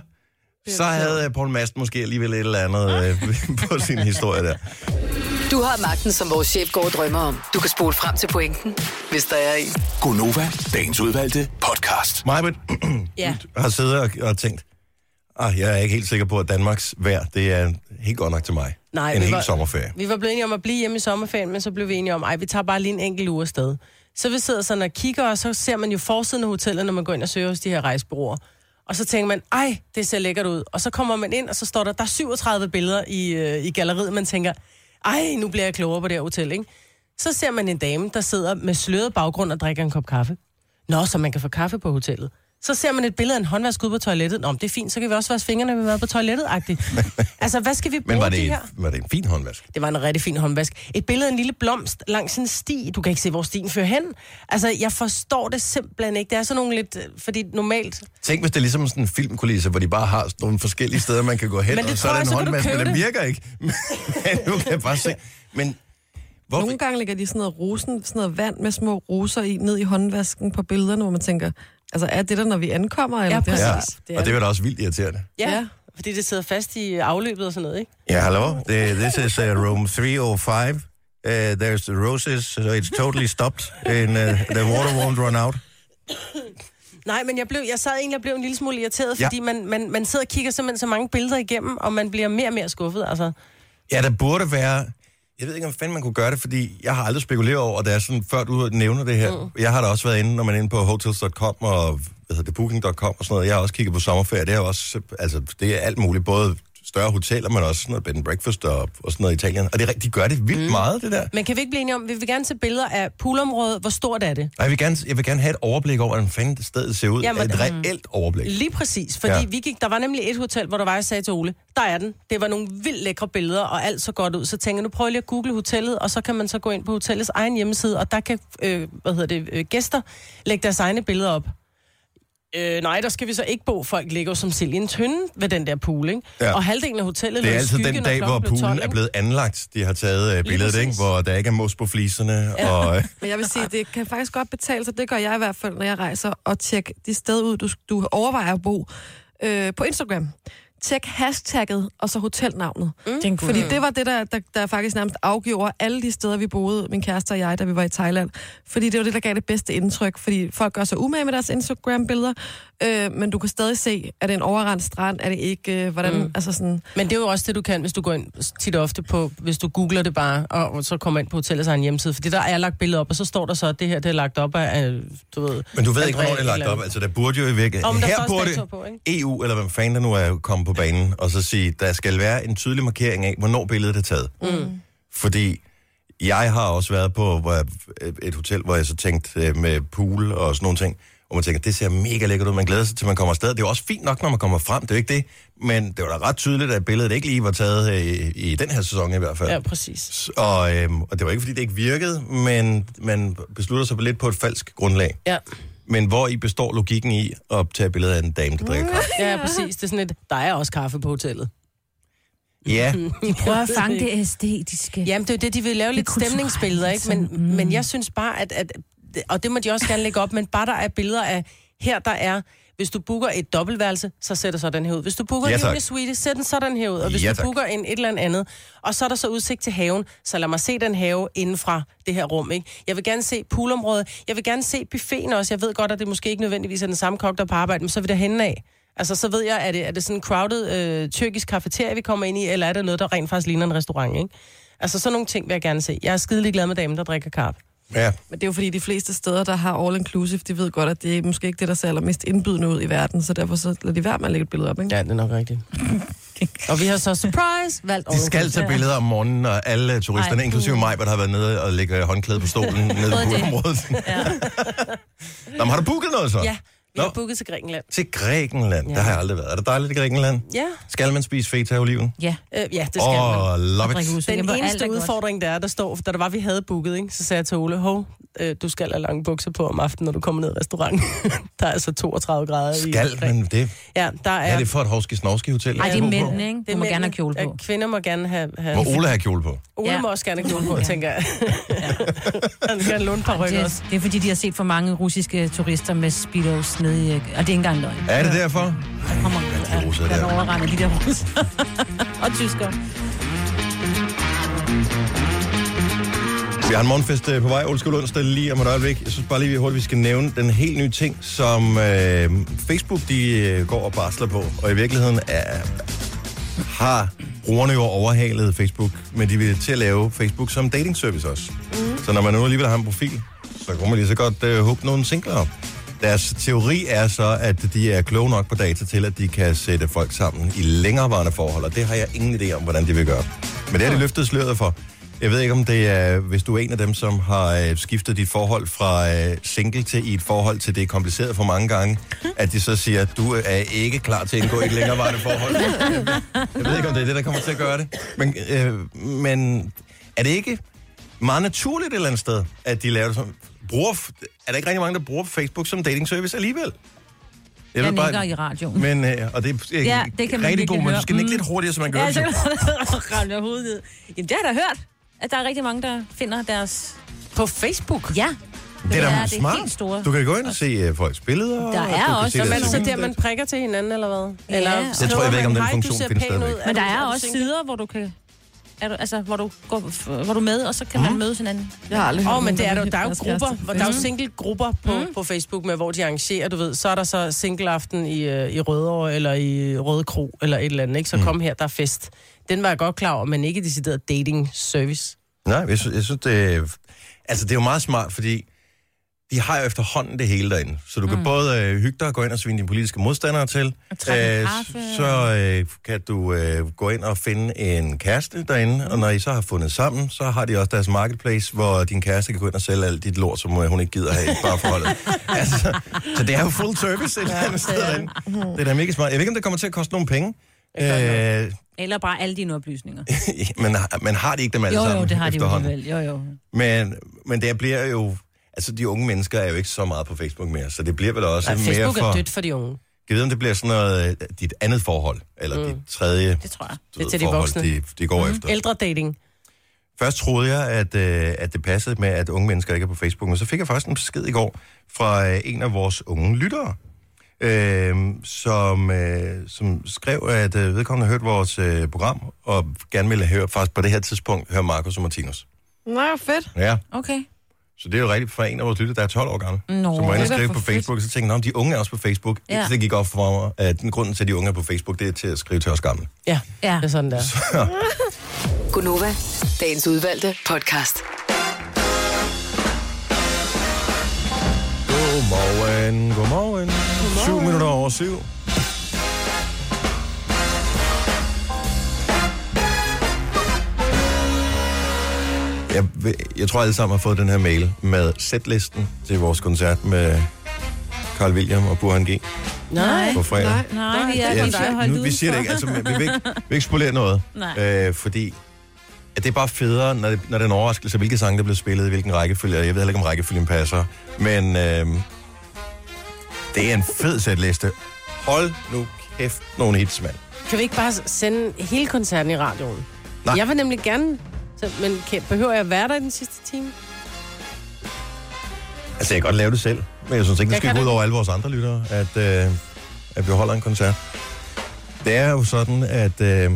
Speaker 1: så havde øh, Poul Madsen måske alligevel et eller andet øh, på sin historie der.
Speaker 5: Du har magten, som vores chef går og drømmer om. Du kan spole frem til pointen, hvis der er en.
Speaker 6: Gonova, dagens udvalgte podcast.
Speaker 1: Majbet
Speaker 3: Ja.
Speaker 1: har siddet og, og tænkt, ah, jeg er ikke helt sikker på, at Danmarks vejr, det er helt godt nok til mig.
Speaker 3: Nej,
Speaker 1: en
Speaker 3: vi
Speaker 1: hel
Speaker 3: var-
Speaker 1: sommerferie.
Speaker 3: Vi var blevet enige om at blive hjemme i sommerferien, men så blev vi enige om, at vi tager bare lige en enkelt uge afsted. Så vi sidder sådan og kigger, og så ser man jo forsiden af hotellet, når man går ind og søger hos de her rejsebureauer. Og så tænker man, ej, det ser lækkert ud. Og så kommer man ind, og så står der, der er 37 billeder i, øh, i galleriet. Man tænker, ej, nu bliver jeg klogere på det her hotel, ikke? Så ser man en dame, der sidder med sløret baggrund og drikker en kop kaffe. Nå, så man kan få kaffe på hotellet. Så ser man et billede af en håndvask ude på toilettet. Nå, men det er fint, så kan vi også vaske fingrene, når vi har været på toilettet-agtigt. altså, hvad skal vi bruge
Speaker 1: Men var
Speaker 3: de
Speaker 1: det,
Speaker 3: her?
Speaker 1: en, var det en fin håndvask?
Speaker 3: Det var en rigtig fin håndvask. Et billede af en lille blomst langs en sti. Du kan ikke se, hvor stien fører hen. Altså, jeg forstår det simpelthen ikke. Det er sådan nogle lidt... øh, Fordi normalt...
Speaker 1: Tænk, hvis det er ligesom sådan en filmkulisse, hvor de bare har sådan nogle forskellige steder, man kan gå hen,
Speaker 3: Men det
Speaker 1: og så
Speaker 3: tror
Speaker 1: er der
Speaker 3: jeg,
Speaker 1: en
Speaker 3: så kan du
Speaker 1: håndvask, men
Speaker 3: købe
Speaker 1: den
Speaker 3: det.
Speaker 1: virker ikke. Men nu kan jeg bare se. Men hvorfor?
Speaker 4: Nogle gange lægger de sådan noget, rosen, sådan noget vand med små roser i, ned i håndvasken på billederne, hvor man tænker, altså er det der, når vi ankommer? Eller
Speaker 3: Ja,
Speaker 4: det
Speaker 1: ja,
Speaker 4: her?
Speaker 3: præcis.
Speaker 1: og det var da også vildt irriterende.
Speaker 3: Ja,
Speaker 4: Ja.
Speaker 3: ja. fordi det sidder fast i afløbet og sådan noget, ikke?
Speaker 1: Ja, hallo. Det- This is uh, room 305. Uh, there's the roses, so it's totally stopped, and uh, the water won't run out.
Speaker 3: Nej, men jeg, blev, jeg sad egentlig og blev en lille smule irriteret,
Speaker 1: Ja.
Speaker 3: fordi man, man, man sidder og kigger simpelthen så mange billeder igennem, og man bliver mere og mere skuffet. Altså,
Speaker 1: Ja, der burde være... Jeg ved ikke, om fanden man kunne gøre det, fordi jeg har aldrig spekuleret over, at det er sådan, før du nævner det her. Mm. Jeg har da også været inde, når man er inde på hotels.com og hvad hedder det, booking.com og sådan noget. Jeg har også kigget på sommerferie. Det er jo også, altså, det er alt muligt. Både større hoteller, men også sådan noget bed and breakfast og, og sådan noget i Italien. Og det er, rigtigt, de gør det vildt mm. meget, det der.
Speaker 3: men kan vi ikke blive enige om, vi vil gerne se billeder af poolområdet, hvor stort er det?
Speaker 1: Og jeg vil, gerne, jeg vil gerne have et overblik over, hvordan fanden stedet ser ud.
Speaker 3: Jamen, mm.
Speaker 1: Jamen, et reelt overblik.
Speaker 3: Lige præcis, fordi
Speaker 1: Ja.
Speaker 3: ja. vi gik, der var nemlig et hotel, hvor der var, jeg sagde til Ole, der er den. Det var nogle vildt lækre billeder, og alt så godt ud. Så tænker jeg, nu prøver jeg lige at google hotellet, og så kan man så gå ind på hotellets egen hjemmeside, og der kan, øh, hvad hedder det, øh, gæster lægge deres egne billeder op. Øh, nej, der skal vi så ikke bo. Folk ligger jo som sild i en tynde ved den der pool, ikke?
Speaker 1: Ja.
Speaker 3: Ja. Og halvdelen af hotellet
Speaker 1: Det
Speaker 3: lå
Speaker 1: er
Speaker 3: i
Speaker 1: altid
Speaker 3: skyggen,
Speaker 1: den
Speaker 3: når
Speaker 1: dag, hvor
Speaker 3: klokken blev
Speaker 1: poolen
Speaker 3: 12,
Speaker 1: er
Speaker 3: ikke?
Speaker 1: blevet anlagt. De har taget øh, billedet, ikke?
Speaker 3: præcis.
Speaker 1: hvor der ikke er mos på fliserne. Ja. Og, øh,
Speaker 4: Men jeg vil sige, det kan faktisk godt betale sig. Det gør jeg i hvert fald, når jeg rejser og tjek de steder ud, du, du overvejer at bo øh, på Instagram. Tjek hashtagget og så hotelnavnet.
Speaker 2: Det er en god
Speaker 4: Fordi
Speaker 2: idé.
Speaker 4: det var det, der, der, der faktisk nærmest afgjorde alle de steder, vi boede, min kæreste og jeg, da vi var i Thailand. Fordi det var det, der gav det bedste indtryk. Fordi folk gør sig umage med deres Instagram-billeder, øh, men du kan stadig se, er det en overrendt strand, er det ikke, øh, hvordan, mm. altså sådan...
Speaker 3: Men det er jo også det, du kan, hvis du går ind tit og ofte på, hvis du googler det bare, og og så kommer ind på hotellets egen hjemmeside. Fordi der er lagt billeder op, og så står der så, at det her det er lagt op af, øh, du ved...
Speaker 1: Men du ved ikke,
Speaker 3: Andrea
Speaker 1: hvornår det er lagt
Speaker 3: eller-
Speaker 1: op. Altså, der burde jo i virke...
Speaker 3: Om der
Speaker 1: Her
Speaker 3: først er
Speaker 1: burde
Speaker 3: dato på,
Speaker 1: EU, eller hvem fanden der nu er kommet på banen, og så sige, der skal være en tydelig markering af, hvornår billedet er taget. Mm. Fordi jeg har også været på hvor jeg, et hotel, hvor jeg så tænkte øh, med pool og sådan nogle ting, og man tænker, det ser mega lækkert ud, man glæder sig til, man kommer afsted. Det er jo også fint nok, når man kommer frem, det er jo ikke det, men det var da ret tydeligt, at billedet ikke lige var taget øh, i, i den her sæson i hvert fald.
Speaker 3: Ja, præcis.
Speaker 1: S- Og, øhm, og det var ikke, fordi det ikke virkede, men man beslutter sig lidt på et falsk grundlag.
Speaker 3: Ja.
Speaker 1: Men hvor i består logikken i at tage billeder af en dame, der drikker kaffe?
Speaker 3: ja, præcis. Det er sådan et, der er også kaffe på hotellet.
Speaker 2: Mm.
Speaker 1: Ja,
Speaker 2: Prøv at fange det æstetiske.
Speaker 3: Jamen, det er jo det, de vil lave lidt
Speaker 2: kulturelle,
Speaker 3: stemningsbilleder, ikke?
Speaker 2: altså.
Speaker 3: Men, mm. men jeg synes bare, at, at... Og det må de også gerne lægge op, men bare der er billeder af... Her der er... Hvis du booker et dobbeltværelse, så sætter sådan her ud. Hvis du booker
Speaker 1: Ja,
Speaker 3: ja,
Speaker 1: tak.
Speaker 3: en julesuite, sæt den sådan her ud. Og hvis
Speaker 1: Ja,
Speaker 3: ja, du
Speaker 1: tak.
Speaker 3: booker en et eller andet andet, og så er der så udsigt til haven, så lad mig se den have inden fra det her rum. Ikke? Jeg vil gerne se poolområdet. Jeg vil gerne se buffeten også. Jeg ved godt, at det måske ikke nødvendigvis er den samme kok, der er på arbejde, men så er vi derhenne af. Altså, så ved jeg, er det, er det sådan en crowded øh, tyrkisk kafeteria, vi kommer ind i, eller er det noget, der rent faktisk ligner en restaurant, ikke? Altså, sådan nogle ting vil jeg gerne se. Jeg er skidelig glad med damen, der drikker kaffe.
Speaker 1: ja.
Speaker 4: Men det er jo fordi, de fleste steder, der har all inclusive, de ved godt, at det er måske ikke det, der ser allermest indbydende ud i verden, så derfor så lader de være med at lægge et billede op, ikke?
Speaker 3: Ja, det er nok rigtigt. og vi har så surprise valgt
Speaker 1: De skal tage billeder om morgenen, og alle turisterne,
Speaker 2: Ej.
Speaker 1: inklusive mig, der har været nede og lægge håndklæde på stolen nede
Speaker 2: Både
Speaker 1: på
Speaker 2: det.
Speaker 1: området.
Speaker 2: Ja.
Speaker 1: Nå, men har du booket noget så?
Speaker 3: Ja, vi har
Speaker 1: Nå.
Speaker 3: booket til Grækenland.
Speaker 1: Til Grækenland. Ja. Der har jeg aldrig været. Er det dejligt i Grækenland?
Speaker 3: Ja,
Speaker 1: Skal man spise feta og oliven?
Speaker 2: ja.
Speaker 3: øh, ja det skal man.
Speaker 1: Åh, oh, love
Speaker 2: drikke
Speaker 1: it.
Speaker 2: hus.
Speaker 3: Den
Speaker 2: Jamen, alt er
Speaker 3: eneste
Speaker 2: godt.
Speaker 3: udfordring, der er, der står, da der var, vi havde booket, ikke? så sagde jeg til Ole, hov, øh, du skal have lange bukser på om aftenen, når du kommer ned i restauranten. der er altså 32 grader i.
Speaker 1: Skal man det?
Speaker 3: Ja, der
Speaker 1: Er
Speaker 3: er...
Speaker 1: det for et hovski-snovski hotel?
Speaker 2: Ej, det
Speaker 1: jeg
Speaker 2: er
Speaker 1: bor på?
Speaker 2: mændene, ikke? Du må
Speaker 3: mændene.
Speaker 2: gerne have kjole på.
Speaker 3: Ja, Kvinder må gerne have... have
Speaker 1: Må Ole have kjole på?
Speaker 3: Ole
Speaker 2: Ja.
Speaker 3: må også gerne have kjole på, tænker jeg. Han vil gerne låne et par rykker også.
Speaker 2: Det, det er fordi, de har set for mange russiske turister med speedos nede i... Og det er ikke engang løgn.
Speaker 1: Er det derfor?
Speaker 2: Der kommer
Speaker 1: de russer
Speaker 2: der
Speaker 1: der.
Speaker 2: overrender de der russer. og tyskere.
Speaker 1: Vi har en morgenfest øh, på vej, Olskov onsdag lige om et øjeblik. Jeg synes bare lige, vi hurtigt vi skal nævne den helt nye ting, som øh, Facebook de øh, går og barsler på. Og i virkeligheden er, har brugerne jo overhalet Facebook, men de vil til at lave Facebook som dating service også. Mm. Så når man nu alligevel har en profil, så kunne man lige så godt øh, håbe nogle singler op. Deres teori er så, at de er kloge nok på data til, at de kan sætte folk sammen i længerevarende forhold, og det har jeg ingen idé om, hvordan de vil gøre. Men det har de løftet sløret for. Jeg ved ikke, om det er, hvis du er en af dem, som har øh, skiftet dit forhold fra øh, single til i et forhold til det er kompliceret for mange gange, at de så siger, at du er ikke klar til at indgå i et længerevarende forhold. Jeg ved ikke, om det er det, der kommer til at gøre det. Men, øh, men er det ikke meget naturligt et eller andet sted, at de laver det som... Bruger, er der ikke rigtig mange, der bruger Facebook som dating service alligevel? Jeg
Speaker 2: Jeg nikker i radioen.
Speaker 1: Men, øh, og det er øh,
Speaker 2: Ja, det kan man
Speaker 1: rigtig
Speaker 2: virkelig
Speaker 1: god, men du
Speaker 2: høre.
Speaker 1: skal nikke
Speaker 2: Mm.
Speaker 1: lidt hurtigere, så man gør
Speaker 2: Ja,
Speaker 1: det.
Speaker 2: så rammer jeg hovedet ned. Jamen, det har jeg da hørt, at der er rigtig mange, der finder deres...
Speaker 3: På Facebook?
Speaker 2: Ja,
Speaker 1: Det er da
Speaker 2: Ja, det er
Speaker 1: smart.
Speaker 2: helt store.
Speaker 1: Du kan gå ind og se øh, folks billeder. og
Speaker 2: Der
Speaker 1: du
Speaker 2: er
Speaker 1: kan
Speaker 2: også-
Speaker 1: se
Speaker 2: Så
Speaker 3: Men
Speaker 1: deres
Speaker 3: er det så
Speaker 1: singles.
Speaker 3: Altså, der, man prikker til hinanden, eller hvad? Eller
Speaker 2: Jeg
Speaker 1: tror, jeg ved ikke, om den funktion findes stadigvæk.
Speaker 2: men der er også sider, hvor du kan... Er du, altså, hvor du, går, hvor du er med, og så kan mm. man
Speaker 1: Mhm.
Speaker 2: mødes hinanden.
Speaker 4: Jeg har aldrig
Speaker 3: Åh,
Speaker 4: hørt
Speaker 3: oh,
Speaker 4: nogen,
Speaker 3: men det er der, jo.
Speaker 4: ville
Speaker 3: der er jo
Speaker 4: deres kæreste Mm.
Speaker 3: grupper,
Speaker 4: på
Speaker 3: hvor der er jo
Speaker 4: festen.
Speaker 3: single-grupper på, mm. på Facebook, med, hvor de arrangerer, du ved. Så er der så single-aften i, øh, i Rødovre, eller i Røde Kro, eller et eller andet, ikke? Så mm. kom her, der er fest. Den var jeg godt klar over, men ikke decideret dating-service.
Speaker 1: Nej, jeg synes, jeg synes det, altså, det er jo meget smart, fordi de har jo efterhånden det hele derinde. Så du mm. kan både øh, hygge dig og gå ind og svine dine politiske modstandere til.
Speaker 2: trække en
Speaker 1: Øh,
Speaker 2: kaffe.
Speaker 1: så øh, kan du øh, gå ind og finde en kæreste derinde, mm. og når I så har fundet sammen, så har de også deres marketplace, hvor din kæreste kan gå ind og sælge alt dit lort, som øh, hun ikke gider have i parforholdet. altså, så det er jo full service et eller andet sted derinde. Det er da mega smart. Jeg ved ikke, om det kommer til at koste nogen penge. Øh,
Speaker 2: Eller bare alle dine oplysninger.
Speaker 1: men, men har de ikke dem alle
Speaker 2: Jo,
Speaker 1: sammen
Speaker 2: jo, det har de jo
Speaker 1: efterhånden?
Speaker 2: alligevel. Jo, jo.
Speaker 1: Men, men det bliver jo... Altså, de unge mennesker er jo ikke så meget på Facebook mere, så det bliver vel også
Speaker 3: Nej,
Speaker 1: mere
Speaker 3: Facebook
Speaker 1: for...
Speaker 3: er dødt for de unge.
Speaker 1: Jeg ved, om det bliver sådan noget, øh, dit andet forhold, eller mm. dit tredje
Speaker 2: Det tror jeg.
Speaker 1: du
Speaker 3: Det er
Speaker 1: ved,
Speaker 3: til de
Speaker 1: forhold,
Speaker 3: voksne. Mm-hmm.
Speaker 1: De, de går mm. efter.
Speaker 3: Ældre dating.
Speaker 1: Først troede jeg, at, øh, at det passede med, at unge mennesker ikke er på Facebook, men så fik jeg faktisk en besked i går fra øh, en af vores unge lyttere, øh, som, øh, som skrev, at øh, vedkommende har hørt vores øh, program, og gerne ville høre, faktisk på det her tidspunkt, høre Markus og Martinus.
Speaker 4: Nå, fedt.
Speaker 1: Ja.
Speaker 2: Okay.
Speaker 1: Så det er jo rigtigt for en af vores lytter, der er 12 år gammel.
Speaker 2: Nå,
Speaker 1: som var inde og
Speaker 4: det er
Speaker 1: skrive
Speaker 4: da
Speaker 1: på
Speaker 4: for
Speaker 1: Facebook, og så tænkte jeg, de unge er også på Facebook.
Speaker 2: Ja.
Speaker 1: Ja. Så det gik op for mig, at den grunden til, at de unge er på Facebook, det er til at skrive til os gamle.
Speaker 3: Ja,
Speaker 2: Ja.
Speaker 3: ja. det er sådan der.
Speaker 5: Gunova, dagens udvalgte podcast.
Speaker 1: Godmorgen, godmorgen. 7 minutter over 7. Jeg, ved- jeg tror, alle sammen har fået den her mail med sætlisten til vores koncert med Carl William og Burhan G
Speaker 3: Nej.
Speaker 1: på fredag.
Speaker 4: Nej.
Speaker 2: Nej, vi er
Speaker 1: Ja,
Speaker 2: kun til at holde
Speaker 1: nu, vi siger det ikke, altså, men vi vil ikke, vi vil ikke spolere noget.
Speaker 2: Nej.
Speaker 1: Øh, fordi at det er bare federe, når det, når det er en overraskelse, hvilke sange, der bliver spillet, i hvilken rækkefølge. og Jeg ved heller ikke, om rækkefølgen passer. Men øh, det er en fed sætliste. Hold nu kæft, nogle hits, mand.
Speaker 3: Kan vi ikke bare sende hele koncerten i radioen?
Speaker 1: Nej.
Speaker 3: Nej. Jeg vil nemlig gerne, så, men kan, behøver jeg være der i den sidste time?
Speaker 1: Altså, jeg kan godt lave det selv. Men jeg synes ikke, det
Speaker 3: Jeg
Speaker 1: skal
Speaker 3: kan
Speaker 1: gå ud
Speaker 3: det.
Speaker 1: over alle vores andre lyttere, at, øh, at vi holder en koncert. Det er jo sådan, at øh,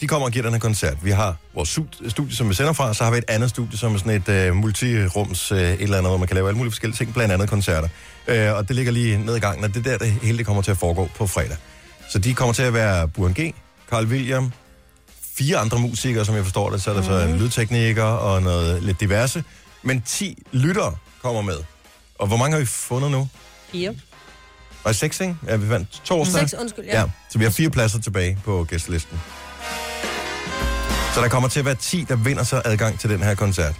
Speaker 1: de kommer og giver den her koncert. Vi har vores stud- studie, som vi sender fra, så har vi et andet studie, som er sådan et øh, multirums øh, et eller andet, hvor man kan lave alle mulige forskellige ting, blandt andet koncerter. Øh, og det ligger lige ned i gangen, og det er der, det hele det kommer til at foregå på fredag. Så de kommer til at være Buren G, Carl William, fire andre musikere, som jeg forstår det. Så er der så en lydtekniker og noget lidt diverse. Men 10 lyttere kommer med. Og hvor mange har vi fundet nu?
Speaker 3: Fire.
Speaker 1: Var det seks, ikke? Ja, vi vandt torsdag.
Speaker 2: Seks, undskyld,
Speaker 1: ja.
Speaker 2: ja.
Speaker 1: ja. Så vi har fire pladser tilbage på gæstelisten. Så der kommer til at være 10, der vinder sig adgang til den her koncert.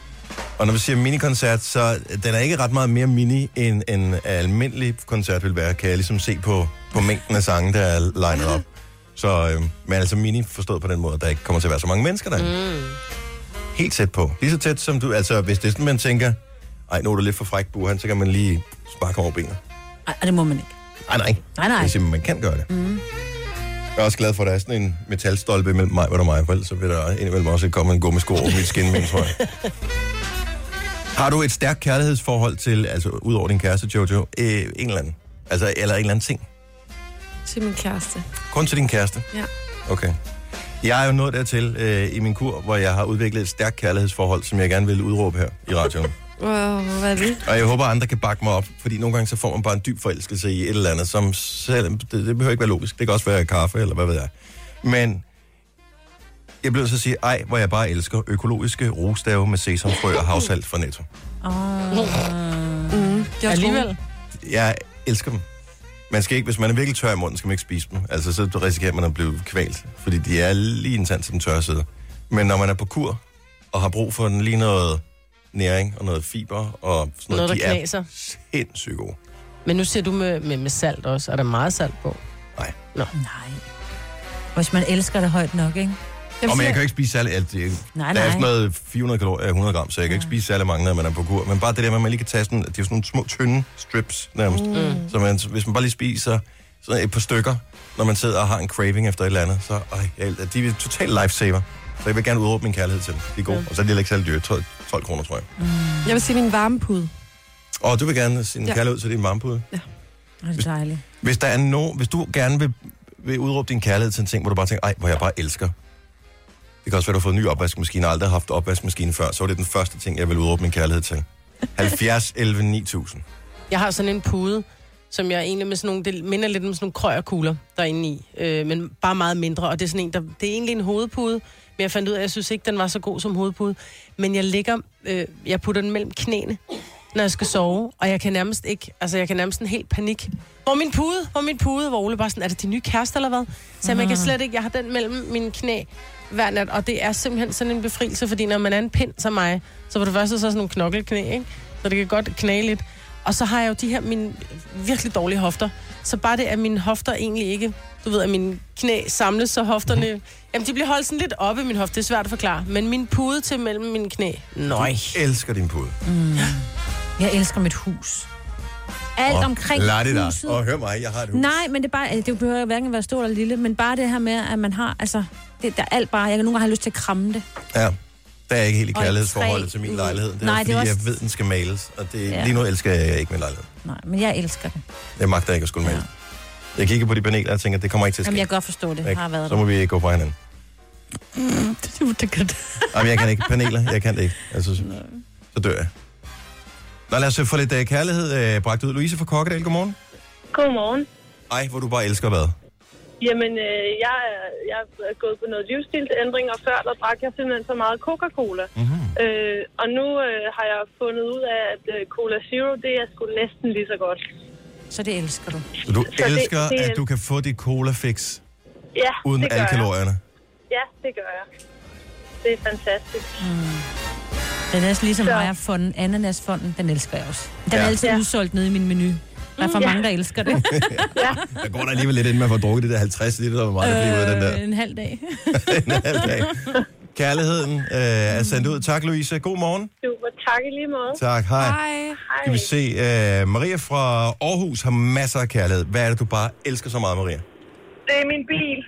Speaker 1: Og når vi siger minikoncert, så den er ikke ret meget mere mini, end en almindelig koncert vil være, kan jeg ligesom se på, på mængden af sange, der er lined op. Så, øh, men altså mini forstået på den måde, at der ikke kommer til at være så mange mennesker der. Mm. Helt tæt på. Lige så tæt som du, altså hvis det er sådan, man tænker, ej, nu er du lidt for fræk, Burhan, så kan man lige sparke over benet.
Speaker 2: Nej, det må man ikke.
Speaker 1: Nej, Ah, nej.
Speaker 2: Nej, nej.
Speaker 1: Jeg siger, man kan gøre det. Mm. Jeg er også glad for, at der er sådan en metalstolpe mellem mig og mig, for ellers så vil der indimellem også komme en gummisko over mit skinben, tror jeg. Har du et stærkt kærlighedsforhold til, altså ud over din kæreste, Jojo, øh, en eller anden? Altså, eller en eller anden ting?
Speaker 4: Til min kæreste.
Speaker 1: Kun til din kæreste?
Speaker 4: Ja.
Speaker 1: Okay. Jeg er jo nået dertil øh, i min kur, hvor jeg har udviklet et stærkt kærlighedsforhold, som jeg gerne vil udråbe her i radioen.
Speaker 4: Wow, hvad er det?
Speaker 1: Og jeg håber, andre kan bakke mig op, fordi nogle gange så får man bare en dyb forelskelse i et eller andet, som selv, det, det behøver ikke være logisk. Det kan også være kaffe, eller hvad ved jeg. Men jeg blev så at sige, ej, hvor jeg bare elsker økologiske rosdave med sesamfrø og havsalt fra Netto.
Speaker 4: Jeg
Speaker 3: Alligevel.
Speaker 1: Jeg elsker dem. Man skal ikke, hvis man er virkelig tør i munden, skal man ikke spise dem. Altså, så risikerer man at blive kvalt, fordi de er lige en tand til den tørre side. Men når man er på kur, og har brug for den lige noget næring og noget fiber, og sådan noget,
Speaker 3: Noget, der
Speaker 1: noget de er
Speaker 3: knaser.
Speaker 1: sindssygt gode.
Speaker 3: Men nu ser du med, med, med salt også. Er der meget salt på?
Speaker 1: Nej.
Speaker 2: Nej. Hvis man elsker det højt nok, ikke?
Speaker 1: Og men jeg kan jo ikke spise særlig alt. Jeg,
Speaker 2: Nej,
Speaker 1: der er sådan
Speaker 2: nej.
Speaker 1: noget 400 kalorier, 100 øh, gram, så jeg kan ikke spise særlig mange, når man er på kur. Men bare det der med, at man lige kan tage sådan, det er jo sådan nogle små, tynde strips nærmest. Mm. Så man, hvis man bare lige spiser sådan et par stykker, når man sidder og har en craving efter et eller andet, så ej, jeg, el- de er totalt lifesaver. Så jeg vil gerne udråbe min kærlighed til dem. De er gode. Og så er de heller ikke særlig dyre. 12, 12 kroner, tror jeg.
Speaker 4: Jeg vil sige min varmepude.
Speaker 1: Og du vil gerne sin ja.
Speaker 4: Ja.
Speaker 1: kærlighed til din varmepude.
Speaker 2: Åh, Det er dejligt.
Speaker 1: Hvis der er no, hvis du gerne vil, vil udråbe din kærlighed til en ting, hvor du bare tænker, ej, hvor jeg bare elsker, Det kan også være, du har fået en ny opvaskemaskine, og aldrig har haft opvaskemaskine før. Så var det den første ting, jeg ville udråbe min kærlighed til. 70, 11, 9000.
Speaker 3: Jeg har sådan en pude, som jeg egentlig med sådan nogle, det minder lidt om sådan nogle krøjerkugler, der er inde i, øh, men bare meget mindre, og det er sådan en, der, det er egentlig en hovedpude, men jeg fandt ud af, at jeg synes ikke, den var så god som hovedpude, men jeg ligger, øh, jeg putter den mellem knæene, når jeg skal sove, og jeg kan nærmest ikke, altså jeg kan nærmest en helt panik. Hvor er min pude? Hvor er min pude? Hvor Ole bare sådan, er det din nye kæreste eller hvad? Så jeg kan slet ikke, jeg har den mellem mine knæ hver nat, og det er simpelthen sådan en befrielse, fordi når man er en pind som mig, så for det første så er sådan nogle knokkelknæ, ikke? Så det kan godt knæle lidt. Og så har jeg jo de her mine virkelig dårlige hofter. Så bare det, at mine hofter egentlig ikke... Du ved, at mine knæ samles, så hofterne... Jamen, de bliver holdt sådan lidt oppe i min hofte. Det er svært at forklare. Men min pude til mellem mine knæ... Nøj.
Speaker 1: Elsker din pude.
Speaker 2: Jeg elsker mit hus. Alt
Speaker 1: Åh,
Speaker 2: omkring
Speaker 1: lad det der.
Speaker 2: huset.
Speaker 1: Og hør mig, jeg har et hus.
Speaker 2: Nej, men det, er bare, det behøver hverken være stort eller lille, men bare det her med, at man har, altså, det, der er alt bare, jeg kan nogle gange have lyst til at kramme det.
Speaker 1: Ja. Der er ikke helt i
Speaker 2: Og et
Speaker 1: kærlighedsforholdet
Speaker 2: træ
Speaker 1: til min
Speaker 2: ude.
Speaker 1: lejlighed. Det er,
Speaker 2: Nej,
Speaker 1: Nej,
Speaker 2: det
Speaker 1: fordi
Speaker 2: er
Speaker 1: det
Speaker 2: også-
Speaker 1: jeg ved, den skal males. Og det,
Speaker 2: Ja.
Speaker 1: ja. lige nu elsker jeg ikke min lejlighed.
Speaker 2: Nej, men jeg elsker det.
Speaker 1: Jeg magter ikke at skulle male. Jeg kigger på de paneler og tænker, det kommer ikke til at ske.
Speaker 2: Jamen, jeg kan godt forstå det. Jeg
Speaker 1: Ikke?
Speaker 2: har været
Speaker 1: Så må vi gå fra hinanden.
Speaker 2: der. Mm, det kan det.
Speaker 1: Jamen, jeg kan ikke paneler. Jeg kan det ikke. Altså, så, så dør jeg. Nå, lad os øh, få lidt øh, kærlighed øh, bragt ud. Louise fra Kokkedal, godmorgen.
Speaker 7: Godmorgen.
Speaker 1: Ej, hvor du bare elsker hvad?
Speaker 7: Jamen, øh, jeg, er- jeg er gået på noget livsstilsændring, og før der drak jeg simpelthen så meget Coca-Cola.
Speaker 1: Mhm.
Speaker 7: Mm-hmm. Øh, og nu øh, har jeg fundet ud af, at øh, Cola Zero, det er sgu næsten lige så godt.
Speaker 2: Så det elsker du.
Speaker 1: Så du
Speaker 7: det-
Speaker 1: elsker, det,
Speaker 7: det
Speaker 1: det
Speaker 7: er-
Speaker 1: at du kan få dit cola-fix
Speaker 7: Ja,
Speaker 1: uden
Speaker 7: det gør
Speaker 1: alle
Speaker 7: jeg.
Speaker 1: kalorierne.
Speaker 7: Ja, det gør jeg. Det er fantastisk.
Speaker 2: Den er næsten ligesom
Speaker 7: Så-
Speaker 2: Maja-fonden, Ananas-fonden, den elsker jeg også. Den er
Speaker 1: Ja.
Speaker 2: altid
Speaker 7: Ja.
Speaker 2: udsolgt nede i min menu. Der er for mange, der elsker det.
Speaker 1: Der går der alligevel lidt, inden man får drukket det der 50 liter, hvor meget der bliver ud af den der.
Speaker 2: Øh, en halv dag.
Speaker 1: en halv dag. Kærligheden øh, er sendt ud. Tak, Louise. God morgen.
Speaker 7: Super. Tak i lige måde.
Speaker 1: Tak, hej.
Speaker 4: Hej.
Speaker 7: Hej.
Speaker 1: Skal vi se. Øh, Maria fra Aarhus har masser af kærlighed. Hvad er det, du bare elsker så meget, Maria?
Speaker 7: Det er min bil.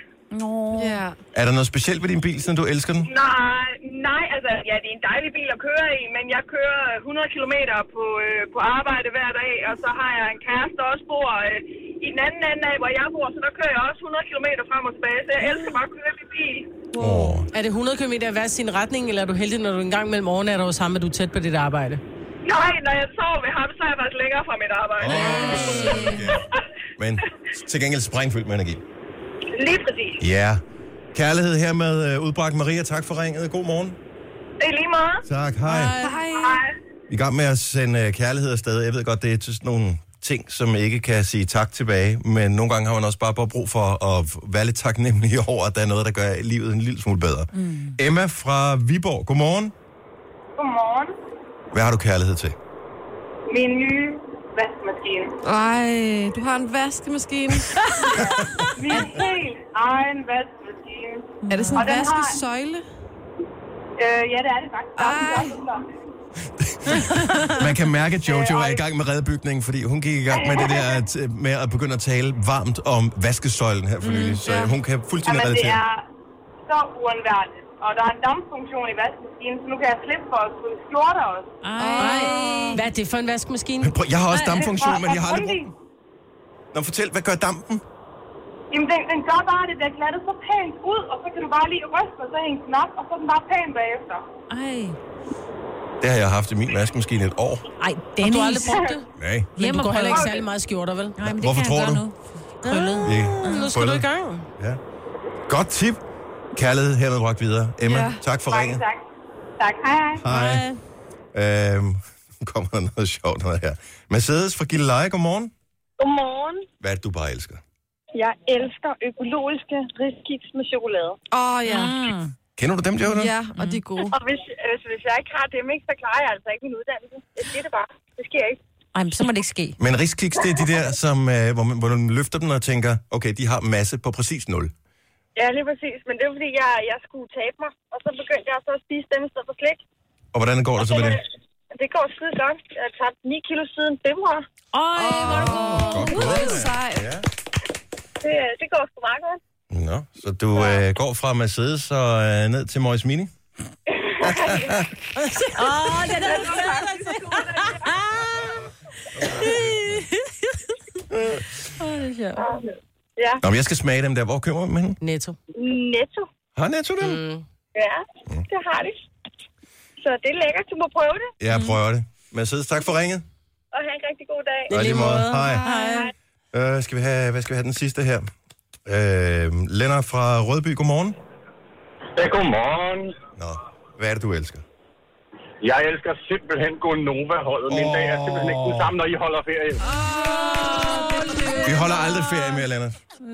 Speaker 2: Nå.
Speaker 4: Ja.
Speaker 1: Er der noget specielt ved din bil, siden du elsker den?
Speaker 7: Nej, nej, altså, ja, det er en dejlig bil at køre i, men jeg kører øh, 100 km på, øh, på arbejde hver dag, og så har jeg en kæreste, der også bor øh, i den anden ende af, hvor jeg bor, så der kører jeg også 100 km frem og tilbage, så jeg elsker bare at køre i bil.
Speaker 1: Åh,
Speaker 3: Er det 100 km i hver sin retning, eller er du heldig, når du engang mellem overnatter hos ham, at du er tæt på dit arbejde?
Speaker 7: Nej, når jeg sover ved ham, så er jeg faktisk længere fra mit arbejde.
Speaker 1: Åh, okay. Men til gengæld sprængfyldt med energi.
Speaker 7: Lige præcis.
Speaker 1: Ja. Kærlighed her med øh, udbragt Maria. Tak for ringet. God morgen.
Speaker 7: Det er lige meget.
Speaker 1: Tak, hej. hej.
Speaker 4: Hej.
Speaker 7: Hej.
Speaker 1: Vi er i gang med at sende øh, kærlighed afsted. Jeg ved godt, det er til sådan nogle ting, som ikke kan sige tak tilbage, men nogle gange har man også bare, bare brug for at være lidt taknemmelig over, at der er noget, der gør livet en lille smule bedre. Mm. Emma fra Viborg, godmorgen.
Speaker 7: Godmorgen.
Speaker 1: Hvad har du kærlighed til?
Speaker 7: Min nye vaskemaskine.
Speaker 4: Ej, du har en vaskemaskine.
Speaker 7: Min helt egen vaskemaskine.
Speaker 4: Er det sådan en
Speaker 7: Og den har-
Speaker 4: vaskesøjle?
Speaker 7: Øh, ja, det er det faktisk.
Speaker 4: Ej.
Speaker 1: Man kan mærke, at Jojo er i gang med redbygningen, fordi hun gik i gang med det der at, øh, med at begynde at tale varmt om vaskesøjlen her for nylig, så øh, hun kan fuldstændig
Speaker 7: Jamen, det
Speaker 1: relatere.
Speaker 7: er så uundværligt. Og der er en dampfunktion i vaskemaskinen, så nu kan jeg slippe for at skulle skjorter også.
Speaker 2: Ej.
Speaker 3: Hvad er det for en vaskemaskine?
Speaker 1: Men Prøv, jeg har også
Speaker 7: Og-
Speaker 1: dampfunktion, men
Speaker 7: og
Speaker 1: jeg har aldrig
Speaker 7: Grundtvig,
Speaker 1: brugt den. Nå, fortæl, hvad gør dampen?
Speaker 7: Jamen, den, den gør bare, at det bliver glattet så pænt ud, og så kan du bare lige ryste, og så hænge den op, og så er den bare pæn bagefter.
Speaker 2: Ej.
Speaker 1: Det har jeg haft i min vaskemaskine et år.
Speaker 2: Ej, Dennis.
Speaker 3: Du har aldrig brugt det?
Speaker 1: Nej.
Speaker 3: Men
Speaker 2: Hjem
Speaker 3: du
Speaker 2: og
Speaker 3: går heller ikke
Speaker 2: prøv.
Speaker 3: særlig meget skjorter, vel?
Speaker 2: Nej, men det
Speaker 1: Hvorfor
Speaker 2: kan jeg
Speaker 1: tror
Speaker 2: gøre
Speaker 1: du?
Speaker 2: nu. Krøllet.
Speaker 1: Yeah.
Speaker 3: Nu skal du i gang.
Speaker 1: Ja. Godt tip. Kærlighed hermed bragt videre. Emma, ja.
Speaker 4: Ja.
Speaker 1: tak for
Speaker 7: Mange
Speaker 1: ringet.
Speaker 7: tak. Tak, hej hej.
Speaker 1: Hej. Øhm, nu kommer der noget sjovt noget her. Mercedes fra Gilleleje, godmorgen.
Speaker 7: Godmorgen.
Speaker 1: Hvad er det, du bare elsker?
Speaker 7: Jeg elsker økologiske riskiks med chokolade.
Speaker 4: Åh, oh, ja.
Speaker 2: Ah.
Speaker 1: Kender du dem, Jojo?
Speaker 4: Ja, og de er gode.
Speaker 7: Og hvis, hvis, hvis jeg ikke har dem, ikke, så klarer jeg altså ikke min uddannelse. Det sker det bare. Det sker ikke.
Speaker 2: Ej, men så må det ikke ske.
Speaker 1: Men riskiks, det er de der, som, øh, hvor, man, hvor man løfter dem og tænker, okay, de har masse på præcis 0.
Speaker 7: Ja, lige præcis. Men det var fordi, jeg, jeg skulle tabe mig, og så begyndte jeg så at spise dem i stedet for slik.
Speaker 1: Og hvordan går det så med det?
Speaker 7: Det går skide godt. Jeg har tabt 9 kilo siden februar.
Speaker 2: Ej, hvor er du god.
Speaker 1: Godt
Speaker 4: Ej,
Speaker 1: gået.
Speaker 4: Sej.
Speaker 1: Ja.
Speaker 7: Det, øh, det går sgu meget godt.
Speaker 1: Nå, så du øh, går fra Mercedes og øh, ned til Mois Mini?
Speaker 2: Åh, den er
Speaker 1: Nå, men jeg skal smage dem der. Hvor køber man dem henne?
Speaker 3: Netto.
Speaker 7: Netto.
Speaker 2: Mm.
Speaker 1: Har Netto dem?
Speaker 7: Ja,
Speaker 1: Mm.
Speaker 7: det har de. Så det er lækkert, du må prøve det,
Speaker 1: Jeg prøver det. Mercedes, tak for ringet.
Speaker 7: og have en rigtig god dag.
Speaker 1: Og i lige måde. Hej.
Speaker 3: Hej.
Speaker 1: Øh, skal vi have, hvad skal vi have den sidste her? Øh, Lennart fra Rødby, godmorgen.
Speaker 8: Ja, godmorgen.
Speaker 1: Nå, hvad er det, du elsker?
Speaker 8: Jeg elsker simpelthen Gonova-holdet. Min dag er simpelthen ikke den samme, når I holder ferie.
Speaker 1: Vi holder aldrig ferie mere, Lennart.
Speaker 3: Øh,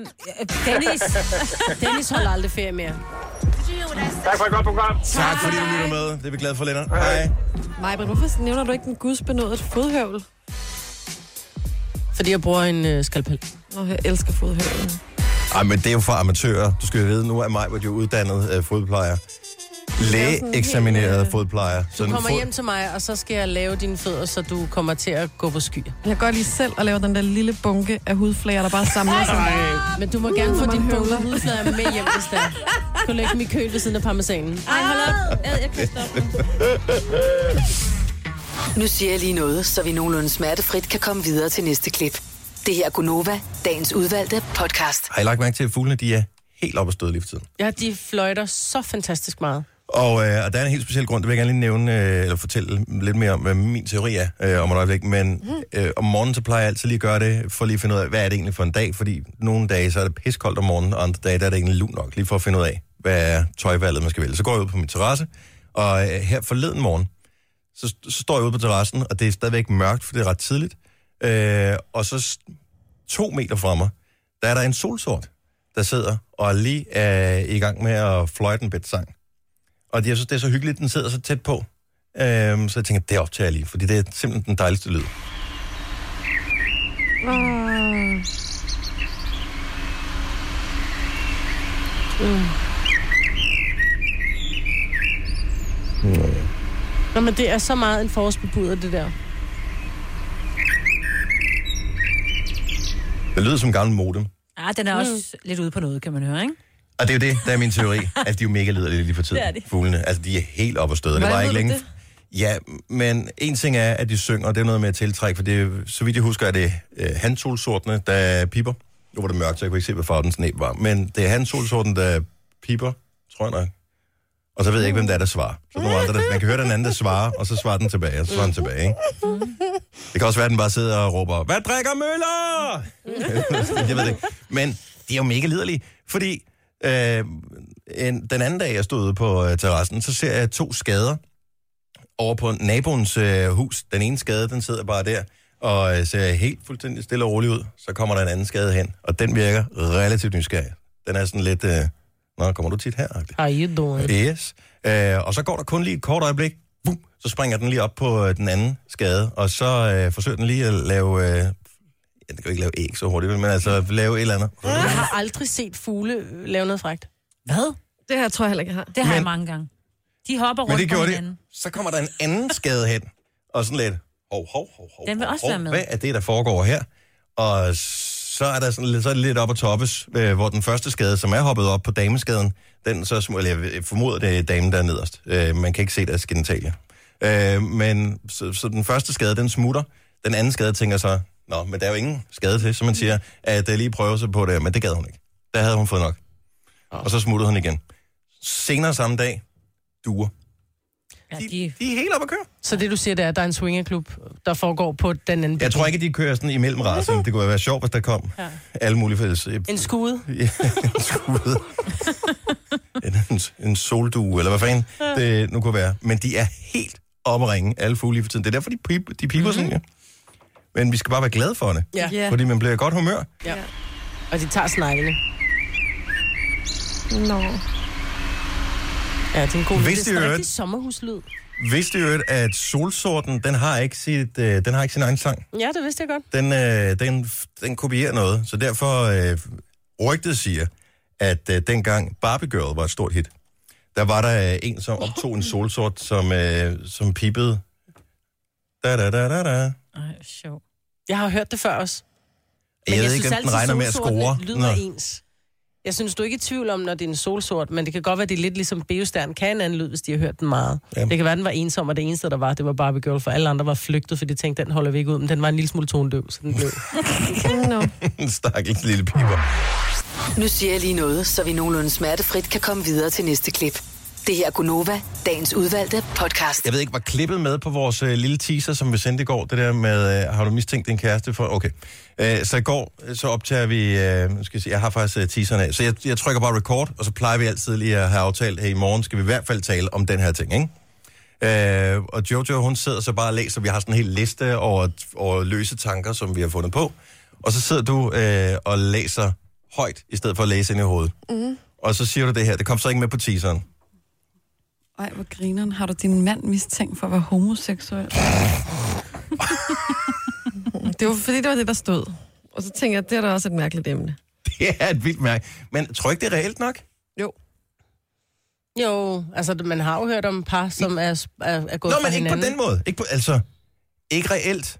Speaker 2: Dennis,
Speaker 3: Dennis holder aldrig ferie mere.
Speaker 8: Tak for et godt program.
Speaker 1: Tak fordi du lytter med. Det er vi glade for, Lennart. Hej.
Speaker 4: Majbrit, hvorfor nævner du ikke den gudsbenådet fodhøvel?
Speaker 3: Fordi jeg bruger en øh, skalpel.
Speaker 4: Nå, jeg elsker fodhøvlen.
Speaker 1: Ej, men det er jo for amatører. Du skal jo vide, nu er mig, hvor jo uddannet øh, fodplejer. Lægeeksamineret fodplejer. Så
Speaker 3: Du
Speaker 1: en
Speaker 3: kommer
Speaker 1: fod-
Speaker 3: hjem til mig, og så skal jeg lave dine fødder, så du kommer til at gå på skyer.
Speaker 4: Jeg kan godt lide selv at lave den der lille bunke af hudflager, der bare samler sig.
Speaker 3: Men du må gerne få
Speaker 4: man
Speaker 3: dine
Speaker 4: høvler.
Speaker 3: bunke hudflader med hjem, hvis det er. Du kan lægge dem i køl ved siden af parmesanen.
Speaker 2: ej, hold op. Jeg, jeg kan stoppe nu.
Speaker 5: Nu siger jeg lige noget, så vi nogenlunde smertefrit kan komme videre til næste klip. Det her er Gunova, dagens udvalgte podcast.
Speaker 1: Har I lagt mærke til, at fuglene de er helt oppe at støde lige for tiden?
Speaker 3: Ja, de fløjter så fantastisk meget.
Speaker 1: Og, øh, og der er en helt speciel grund, det vil jeg gerne lige nævne, øh, eller fortælle lidt mere om, hvad min teori er øh, om et øjeblik. Men øh, om morgenen, så plejer jeg altid lige at gøre det, for lige at finde ud af, hvad er det egentlig for en dag? Fordi nogle dage, så er det piskoldt om morgenen, og andre dage, der er det egentlig lun nok, lige for at finde ud af, hvad er tøjvalget, man skal vælge. Så går jeg ud på min terrasse, og øh, her forleden morgen, så, så står jeg ude på terrassen, og det er stadigvæk mørkt, for det er ret tidligt. Øh, og så s- to meter fra mig, der er der en solsort, der sidder og lige er i gang med at fløjte en bedt sang. Og jeg synes, det er så hyggeligt, at den sidder så tæt på. Øhm, så jeg tænker, det optager jeg lige, fordi det er simpelthen den dejligste lyd.
Speaker 3: Nå, men det er så meget en forårsbebuder, det der.
Speaker 1: Det lyder som en gammel modem.
Speaker 2: Ah, den er også lidt ude på noget, kan man høre, ikke?
Speaker 1: Og det er jo det, der er min teori, at de er jo mega liderlige lige for tiden.
Speaker 2: Det er de.
Speaker 1: Fuglene, altså de er helt op og støde. Det
Speaker 4: Hvordan
Speaker 1: var ikke
Speaker 4: ved du
Speaker 1: længe. Ja, men en ting er, at de synger, og det er noget med at tiltrække, for det, er- så vidt jeg husker, er det øh, handsolsortene, der piper. Nu var det mørkt, så jeg kunne ikke se, hvad farven den sne var. Men det er handsolsorten, der piper, tror jeg nok. Og så ved jeg ikke, hvem der er, der svarer. Så er der, nogen andre, der, man kan høre den anden, der svarer, og så svarer den tilbage, og så svarer den tilbage, ikke? Det kan også være, at den bare sidder og råber, hvad drikker Møller? jeg ved det ikke. Men de er jo mega liderlige, fordi øh, en, den anden dag, jeg stod ude på øh, terrassen, så ser jeg to skader over på naboens øh, hus. Den ene skade, den sidder bare der og øh, ser helt fuldstændig stille og rolig ud. Så kommer der en anden skade hen, og den virker relativt nysgerrig. Den er sådan lidt, øh, nå, kommer du tit her?
Speaker 3: Are you doing?
Speaker 1: Yes. Øh, og så går der kun lige et kort øjeblik, Bum, så springer den lige op på øh, den anden skade, og så øh, forsøger den lige at lave... Øh, ja, den kan jo ikke lave æg så hurtigt, vel, men altså lave et eller andet.
Speaker 3: Jeg har aldrig set fugle øh, lave noget frægt.
Speaker 2: Hvad?
Speaker 4: Det her tror jeg heller ikke, jeg har.
Speaker 2: Det har
Speaker 1: Men-
Speaker 2: men, jeg mange gange. De hopper rundt
Speaker 1: Men det
Speaker 2: på
Speaker 1: gjorde
Speaker 2: hinanden.
Speaker 1: det. Så kommer der en anden skade hen, og sådan lidt... Hov, hov, hov, hov,
Speaker 2: Den vil
Speaker 1: hov,
Speaker 2: også
Speaker 1: hov,
Speaker 2: være med.
Speaker 1: Hvad er det, der foregår her? Og så er, der sådan, lidt- så er det lidt op at toppes, øh, hvor den første skade, som er hoppet op på dameskaden, den så små, eller jeg formoder, det er damen der er nederst. Øh, man kan ikke se deres genitalie. Øh, men så, så, den første skade, den smutter. Den anden skade tænker så, nå, men der er jo ingen skade til, så man siger, at jeg lige prøver sig på det, men det gad hun ikke. Der havde hun fået nok. Og så smuttede hun igen. Senere samme dag, duer.
Speaker 2: Ja,
Speaker 1: De,
Speaker 2: de,
Speaker 1: de er helt oppe at køre.
Speaker 3: Så det, du siger, det er, at der er en swingerklub, der foregår på den anden.
Speaker 1: Jeg tror ikke, de kører sådan imellem racen. Det kunne være sjovt, hvis der kom ja. alle mulige fælles.
Speaker 3: En skude.
Speaker 1: Ja, en skude. en, en soldue, eller hvad fanden det nu kunne være. Men de er helt oppe at ringe, alle fugle lige for tiden. Det er derfor, de, pip, de piper mm-hmm. sådan, ja. Men vi skal bare være glade for det.
Speaker 3: Ja.
Speaker 4: Ja.
Speaker 1: Fordi man bliver i godt humør.
Speaker 3: Og de tager sneglene.
Speaker 4: Nå.
Speaker 3: Ja, det er en god lyd.
Speaker 1: Hvis
Speaker 3: Det
Speaker 1: de
Speaker 3: er sådan
Speaker 1: hører
Speaker 3: en rigtig
Speaker 1: det.
Speaker 3: sommerhuslyd.
Speaker 1: Vidste du at solsorten, den har ikke, sit, øh, den har ikke sin egen sang?
Speaker 3: Ja, det vidste jeg godt.
Speaker 1: den, øh, den, den kopierer noget. Så derfor øh, rygtet siger, at øh, dengang Barbie Girl var et stort hit, der var der øh, en, som optog en solsort, som, øh, som pipede. Da, da, da, da, da.
Speaker 2: ej, sjov.
Speaker 3: Jeg har hørt det før også.
Speaker 1: Jeg, jeg ved ikke, om den regner med at score.
Speaker 3: lyder Nå. ens. Jeg synes, du er ikke i tvivl om, når det er en solsort, men det kan godt være, det er lidt ligesom Beostern kan en anden lyd, hvis de har hørt den meget.
Speaker 1: Ja.
Speaker 3: Jamen. Det kan være, den var ensom, og det eneste, der var, det var Barbie Girl, for alle andre var flygtet, for de tænkte, den holder vi ikke ud, men den var en lille smule tonedøv, så den blev.
Speaker 4: Nå.
Speaker 1: en stakkels lille piber.
Speaker 5: Nu siger jeg lige noget, så vi nogenlunde smertefrit kan komme videre til næste klip. Det her er Gunova, dagens udvalgte podcast.
Speaker 1: Jeg ved ikke, var klippet med på vores øh, lille teaser, som vi sendte i går, det der med, øh, har du mistænkt din kæreste for... Okay. Øh, så i går, øh, så optager vi... Øh, nu skal jeg, se, jeg har faktisk øh, teaseren af, så jeg, jeg trykker bare record, og så plejer vi altid lige at have aftalt, at i morgen skal vi i hvert fald tale om den her ting, ikke? Øh, og Jojo, hun sidder så bare og læser. Vi har sådan en hel liste over, over løse tanker, som vi har fundet på. Og så sidder du øh, og læser højt, i stedet for at læse ind i hovedet. Mm. Og så siger du det her. Det kom så ikke med på teaseren.
Speaker 4: Ej, hvor grineren. Har du din mand mistænkt for at være homoseksuel? det var fordi, det var det, der stod. Og så tænker jeg, det er da også et mærkeligt emne.
Speaker 1: Det er et vildt mærke. Men tror I ikke, det er reelt nok?
Speaker 4: Jo.
Speaker 3: Jo, altså man har jo hørt om par, som er, er, er gået
Speaker 1: Nå,
Speaker 3: fra
Speaker 1: men ikke
Speaker 3: hinanden.
Speaker 1: på den måde. Ikke på, altså, ikke reelt.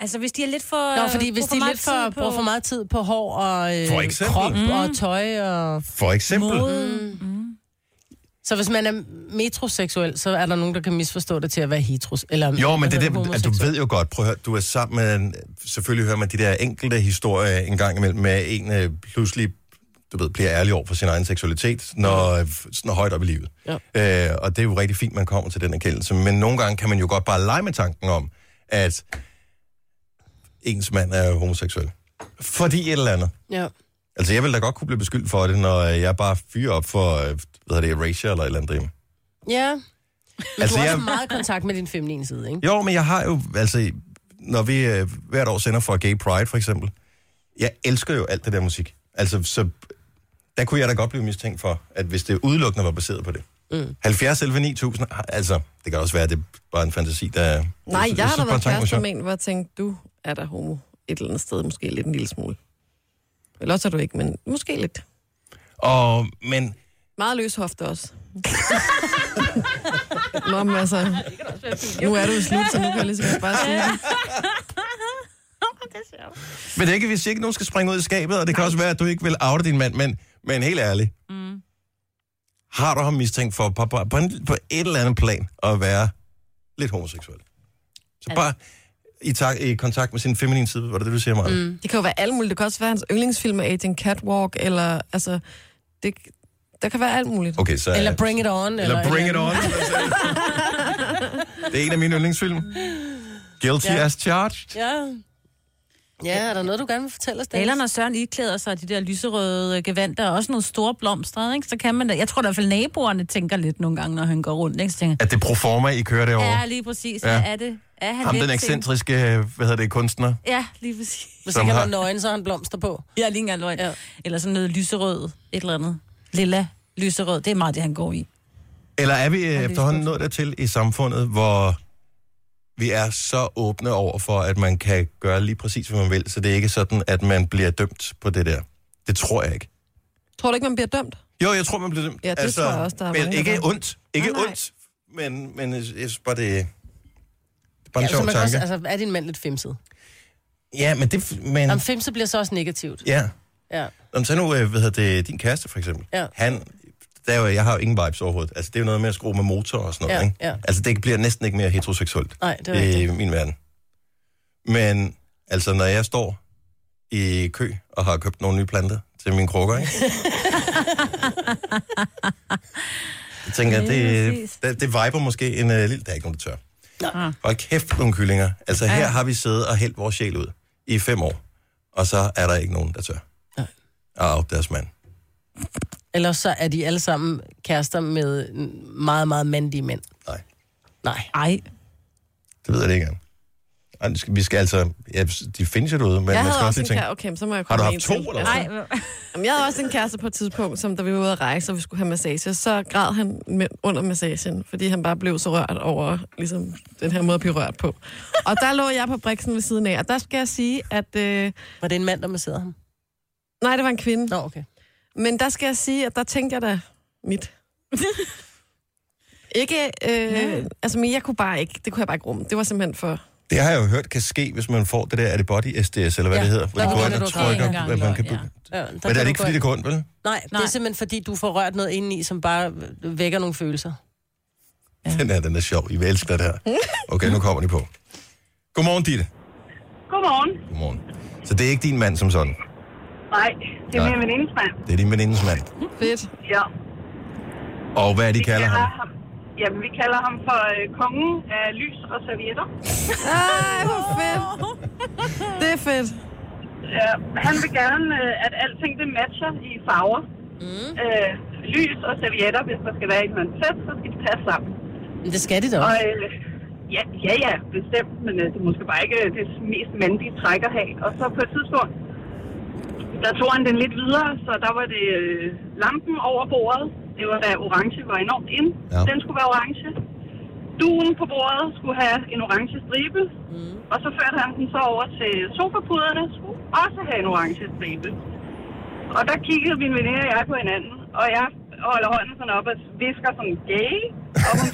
Speaker 2: Altså, hvis de er lidt for...
Speaker 3: Nå, fordi hvis
Speaker 2: bruger
Speaker 3: de er
Speaker 2: meget
Speaker 3: lidt for,
Speaker 2: tid Mm.
Speaker 3: bruger for meget tid på hår og øh,
Speaker 1: For eksempel.
Speaker 3: krop og tøj. Og...
Speaker 1: For eksempel.
Speaker 2: Mode.
Speaker 3: Så hvis man er metroseksuel, så er der nogen, der kan misforstå det til at være heteros. Eller,
Speaker 1: Jo, men
Speaker 3: hvad
Speaker 1: det er
Speaker 3: hedder
Speaker 1: det, at du
Speaker 3: homoseksuel.
Speaker 1: ved jo godt, prøv at høre, du er sammen med, en- selvfølgelig hører man de der enkelte historier en gang imellem, med en øh, pludselig, du ved, bliver ærlig over for sin egen seksualitet, når øh, sådan højt op i livet. Ja. Øh, og det er jo rigtig fint, man kommer til den erkendelse, men nogle gange kan man jo godt bare lege med tanken om, at ens mand er homoseksuel. Fordi et eller andet.
Speaker 3: Ja.
Speaker 1: Altså, jeg ville da godt kunne blive beskyldt for det, når øh, jeg bare fyrer op for, øh, hvad hedder det, erasure eller et eller andet derhjemme.
Speaker 3: ja. Men
Speaker 1: Altså,
Speaker 3: altså, du har
Speaker 1: jeg-
Speaker 3: også meget kontakt med din feminine side, ikke?
Speaker 1: Jo, men jeg har jo, altså, når vi øh, hvert år sender for Gay Pride, for eksempel, jeg elsker jo alt det der musik. Altså, så der kunne jeg da godt blive mistænkt for, at hvis det udelukkende var baseret på det. Mm. 70 11 9000, altså, det kan også være, at det bare er en fantasi, der...
Speaker 4: Nej, jeg, har da
Speaker 1: synes bare,
Speaker 4: været
Speaker 1: tanken var
Speaker 4: kæreste
Speaker 1: sjov.
Speaker 4: med en, hvor jeg tænkte, du er der homo et eller andet sted, måske lidt en lille smule. Eller også er du ikke, men måske lidt.
Speaker 1: Og, men
Speaker 4: Meget løs hofte også. Nå, men altså, nu er du i slut, så nu kan jeg lige så godt bare sige det.
Speaker 1: Men det er ikke, hvis ikke nogen skal springe ud i skabet, og det kan også være, at du ikke vil oute din mand, men, men helt ærligt. Mm. Har du ham mistænkt for på, på, på, en, på et eller andet plan at være lidt homoseksuel? Så bare i, tak, i kontakt med sin feminine side, var det det, du siger, Maja? Mm.
Speaker 4: Det kan jo være alt muligt. Det kan også være hans yndlingsfilm med Agent Catwalk, eller altså, det, der kan være alt muligt.
Speaker 1: Okay, så,
Speaker 3: Eller Bring It On. Eller,
Speaker 1: eller bring it on. som jeg sagde. det er en af mine yndlingsfilm. Guilty ja. as charged.
Speaker 3: Ja. Ja, er der noget, du gerne vil fortælle os, Dennis?
Speaker 2: Eller når Søren iklæder sig de der lyserøde øh, gevanter, og også nogle store blomstrede, ikke? så kan man da... Jeg tror i hvert fald, naboerne tænker lidt nogle gange, når han går rundt. Ikke? Så tænker,
Speaker 1: At det er pro forma, I kører derovre.
Speaker 2: ja,
Speaker 1: Ja,
Speaker 2: lige præcis.
Speaker 1: Ja.
Speaker 2: Ja. Er det? Er han
Speaker 1: Ham, den
Speaker 2: lidt
Speaker 1: ekscentriske, hvad hedder det, kunstner.
Speaker 2: til- Ja, lige præcis.
Speaker 3: Hvis
Speaker 1: som
Speaker 3: ikke han
Speaker 1: har-
Speaker 3: har nøgen, så har han blomster på.
Speaker 2: Ja, lige engang løgn. Ja. Eller sådan noget lyserød, et eller andet. Lilla, lyserød, det er meget det, han går i.
Speaker 1: Eller er vi øh, efterhånden nået dertil i samfundet, hvor vi er så åbne over for, at man kan gøre lige præcis, hvad man vil, så det er ikke sådan, at man bliver dømt på det der. Det tror jeg ikke.
Speaker 4: Tror du ikke, man bliver dømt?
Speaker 1: Jo, jeg tror, man bliver dømt. Altså,
Speaker 4: Ja, det tror jeg også, der er
Speaker 1: men
Speaker 4: mange,
Speaker 1: ikke
Speaker 4: der-
Speaker 1: ondt. Ikke
Speaker 4: Nej, nej.
Speaker 1: ondt, men, men jeg synes bare, det, det er bare en
Speaker 3: så
Speaker 1: sjov
Speaker 3: man
Speaker 1: tanke.
Speaker 3: kan også, altså, er din mand lidt femset?
Speaker 1: Ja, men det... Men,
Speaker 3: Jamen, femset bliver så også negativt.
Speaker 1: ja.
Speaker 3: Ja.
Speaker 1: Om så nu, øh, hvad hedder det, din kæreste for eksempel.
Speaker 3: Ja.
Speaker 1: Han, der er jo, jeg har jo ingen vibes overhovedet. Altså, det er jo noget med at skrue med motor og sådan noget,
Speaker 3: Ja,
Speaker 1: ikke?
Speaker 3: ja.
Speaker 1: Altså, det bliver næsten ikke mere heteroseksuelt.
Speaker 3: Nej, det er
Speaker 1: i
Speaker 3: rigtigt.
Speaker 1: Øh, min verden. Men altså, når jeg står i kø og har købt nogle nye planter til mine krukker, ikke? jeg tænker, det, det, det viber måske en uh, lille... Der er ikke nogen, der tør. Hold kæft, nogle kyllinger. Altså, her har vi siddet og hældt vores sjæl ud i fem år, og så er der ikke nogen, der tør.
Speaker 3: Nej.
Speaker 1: Og deres mand.
Speaker 3: Ellers så er de alle sammen kærester med meget, meget mandige mænd.
Speaker 1: Nej,
Speaker 3: Nej.
Speaker 2: Ej,
Speaker 1: det ved jeg det ikke engang. Ej, vi skal- Vi skal altså... Ja, de findes jo derude, men man
Speaker 4: Jeg
Speaker 1: skal
Speaker 4: havde
Speaker 1: også
Speaker 4: også
Speaker 1: lige
Speaker 4: en
Speaker 1: tænke...
Speaker 4: kæreste. Okay, men så må jeg
Speaker 1: Har du
Speaker 4: komme
Speaker 1: haft
Speaker 4: med en
Speaker 1: to,
Speaker 4: til.
Speaker 1: eller hvad?
Speaker 4: Altså,
Speaker 2: ej, hvor-
Speaker 4: Jamen, jeg havde også en kæreste på et tidspunkt, som da vi var ude at rejse, og vi skulle have massage, så græd han med, under massagen, fordi han bare blev så rørt over ligesom, den her måde at blive rørt på. Og der lå jeg på briksen ved siden af, og der skal jeg sige, at... Øh,
Speaker 3: Var det en mand, der masserede ham?
Speaker 4: nej, det var en kvinde.
Speaker 3: Nå, okay.
Speaker 4: Men der skal jeg sige, at der tænkte jeg da mit. ikke, øh, altså, men jeg kunne bare ikke, det kunne jeg bare ikke rumme. Det var simpelthen for...
Speaker 1: Det har jeg jo hørt kan ske, hvis man får det der, er det body SDS, eller hvad
Speaker 3: Ja,
Speaker 1: det hedder? Hvor
Speaker 3: der
Speaker 1: de
Speaker 3: var
Speaker 1: går
Speaker 3: det,
Speaker 1: ind og
Speaker 3: du havde
Speaker 1: trykker,
Speaker 2: engang,
Speaker 1: hvad man kan...
Speaker 2: ja.
Speaker 1: Ja.
Speaker 3: Ja, der kan
Speaker 1: Men er
Speaker 3: du
Speaker 1: det ikke,
Speaker 3: gå
Speaker 1: fordi
Speaker 3: ind.
Speaker 1: det går ondt, vel?
Speaker 3: Nej, det er
Speaker 2: Nej.
Speaker 3: simpelthen, fordi du får rørt noget indeni, som bare vækker nogle følelser.
Speaker 1: Den er, den er sjov. I vil elske det her. Okay, nu kommer de på. Godmorgen, Ditte.
Speaker 7: Godmorgen.
Speaker 1: Godmorgen. Så det er ikke din mand som sådan.
Speaker 7: Nej, det er
Speaker 1: Nej.
Speaker 7: min venindes mand.
Speaker 1: Det er din venindes mand.
Speaker 4: Fedt.
Speaker 7: Ja.
Speaker 1: Og hvad er det, de kalder ham?
Speaker 7: ham. Jamen, vi kalder ham for øh, kongen af lys og servietter.
Speaker 4: Ej, hvor fedt. Det er fedt.
Speaker 7: Ja, han vil gerne, øh, at alting det matcher i farver. Mm. Øh, lys og servietter, hvis der skal være et manfest, så skal de passe sammen.
Speaker 3: Men det skal det da
Speaker 7: Og
Speaker 3: også.
Speaker 7: øh, ja, ja, ja, bestemt, men øh, det er måske bare ikke øh, det mest mandlige træk at have. Og så på et tidspunkt, der tog han den lidt videre, så der var det øh, lampen over bordet. Det var da orange var enormt ind.
Speaker 1: Ja.
Speaker 7: Ja. Den skulle være orange. Duen på bordet skulle have en orange stribe. Mm. Og så førte han den så over til sofapuderne, skulle også have en orange stribe. Og der kiggede min veninde og jeg på hinanden, og jeg holder hånden sådan op og visker sådan gay. Og hun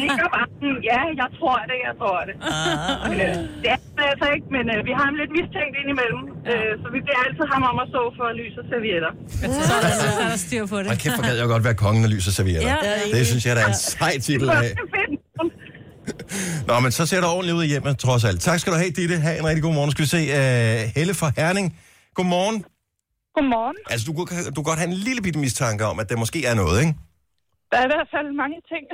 Speaker 7: nikker bare sådan, ja, jeg tror det, jeg tror det. Øh, det er det altså ikke, men øh, vi har ham lidt mistænkt indimellem, øh, så vi beder altid ham om at stå for lys og servietter.
Speaker 2: Så er der- så er der styr på det.
Speaker 1: Hold kæft, hvor gad jeg godt være kongen af lys og servietter.
Speaker 2: Ja,
Speaker 1: Ja, det synes jeg, der er en sej titel
Speaker 7: Så
Speaker 1: af.
Speaker 7: skal vi finde ham.
Speaker 1: Nå, men så ser det ordentligt ud i hjemmet, trods alt. Tak skal du have, Ditte. Ha' en rigtig god morgen. Skal vi se uh, Helle fra Herning. Godmorgen.
Speaker 7: Godmorgen.
Speaker 1: Altså, du, kan- du kan godt have en lille bitte mistanke om, at der måske er noget, ikke?
Speaker 7: Der er i hvert fald mange ting.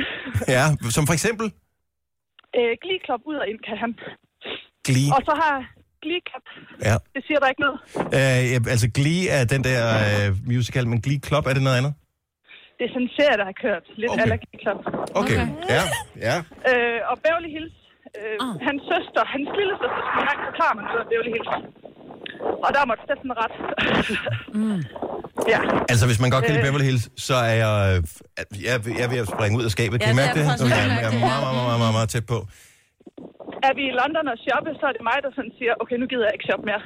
Speaker 1: Ja, som for eksempel
Speaker 7: Øh, gliklop ud og ind kan han.
Speaker 1: Glee.
Speaker 7: Og så har gliklop,
Speaker 1: Ja.
Speaker 7: det siger der ikke noget.
Speaker 1: Øh, ja, altså, Glee er den der øh, musical, men Glee Club, er det noget andet?
Speaker 7: Det er sådan en serie, der har kørt. Lidt
Speaker 1: Okay.
Speaker 7: okay. allergiklop.
Speaker 1: Okay. Ja, ja.
Speaker 7: Øh, og Beverly Hills, øh,
Speaker 2: Ah.
Speaker 7: oh. hans søster, hans lille søster, skulle engang forklare mig, noget om Beverly Hills. Og der måtte Steffen ret. mm. Ja.
Speaker 1: Altså, hvis man godt kan lide
Speaker 7: Øh.
Speaker 1: Beverly Hills, så er jeg, øh, f- jeg, jeg er ved at springe ud af skabet. Kan I
Speaker 2: Ja, det
Speaker 1: mærke
Speaker 2: er
Speaker 1: det?
Speaker 2: faktisk
Speaker 1: jeg
Speaker 2: lidt
Speaker 1: er
Speaker 2: mærkeligt,
Speaker 1: meget,
Speaker 2: ja.
Speaker 1: meget, meget, meget, meget tæt på.
Speaker 7: Er vi i London og shoppe, så er det mig, der sådan siger, okay, nu gider jeg ikke shoppe mere.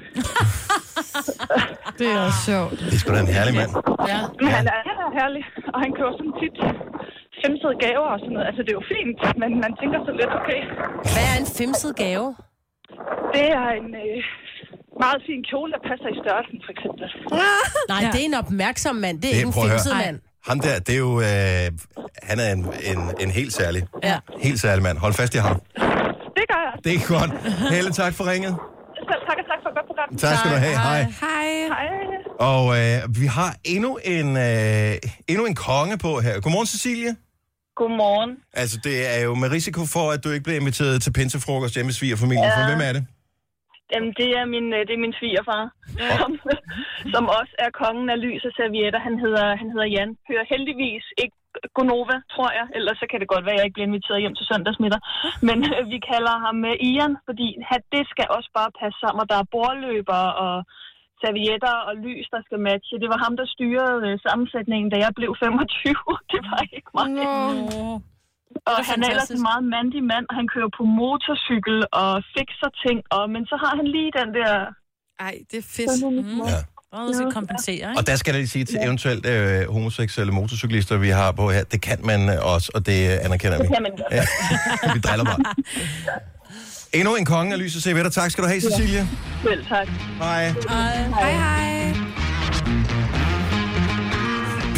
Speaker 4: Det er også sjovt.
Speaker 1: Det er sgu da en herlig mand.
Speaker 3: Ja.
Speaker 7: Men han er, han er herlig, og han køber sådan tit femsede gaver og sådan noget. Altså, det er jo fint, men man tænker så lidt, okay,
Speaker 3: Hvad er en femset gave?
Speaker 7: det er en øh, meget fin kjole, der passer i størrelsen, for eksempel.
Speaker 3: Nej, ja. det er en opmærksom mand. Det er
Speaker 1: Det-
Speaker 3: ikke en
Speaker 1: prøv at høre.
Speaker 3: femset mand.
Speaker 1: Ham der, det er jo... Øh, han er en, en, en helt særlig.
Speaker 3: Ja.
Speaker 1: Helt særlig mand. Hold fast i ham.
Speaker 7: Det gør jeg.
Speaker 1: Det er godt. Helle, tak for ringet.
Speaker 7: Selv tak og tak for et godt program.
Speaker 1: Tak skal du have. Hej.
Speaker 4: Hej.
Speaker 7: Hej.
Speaker 1: Og øh, vi har endnu en, øh, endnu en konge på her. Godmorgen, Cecilie.
Speaker 7: Godmorgen.
Speaker 1: Altså, det er jo med risiko for, at du ikke bliver inviteret til pinsefrokost hjemme i svigerfamilien. Ja. For hvem er det?
Speaker 7: Jamen, det er min, øh, det er min svigerfar, som, som også er kongen af lys og servietter. Han hedder, han hedder Jan. Hører heldigvis ikke Gonova, tror jeg. Ellers så kan det godt være, at jeg ikke bliver inviteret hjem til søndagsmiddag. Men øh, vi kalder ham øh, Ian, fordi han, det skal også bare passe sammen. Og der er bordløber og servietter og lys, der skal matche. Det var ham, der styrede øh, sammensætningen, da jeg blev 25. det var ikke mig.
Speaker 2: Åh.
Speaker 7: Og
Speaker 3: Det er
Speaker 7: han er ellers en
Speaker 3: fantastisk.
Speaker 7: meget mandig mand. Han kører på motorcykel og fikser ting. Og, men så har han lige den der...
Speaker 4: Ej, det er fedt.
Speaker 3: Mm.
Speaker 1: Ja.
Speaker 2: Og så kompensere, ikke?
Speaker 1: Og der skal jeg lige sige til eventuelt øh, homoseksuelle motorcyklister, vi har på her, det kan man øh, også, og det øh, anerkender vi.
Speaker 7: Det kan man godt.
Speaker 1: Ja. vi driller bare. Endnu en konge af lys og servietter. Tak skal du have, Cecilie.
Speaker 7: Selv tak.
Speaker 1: Hej.
Speaker 4: Hej, hej.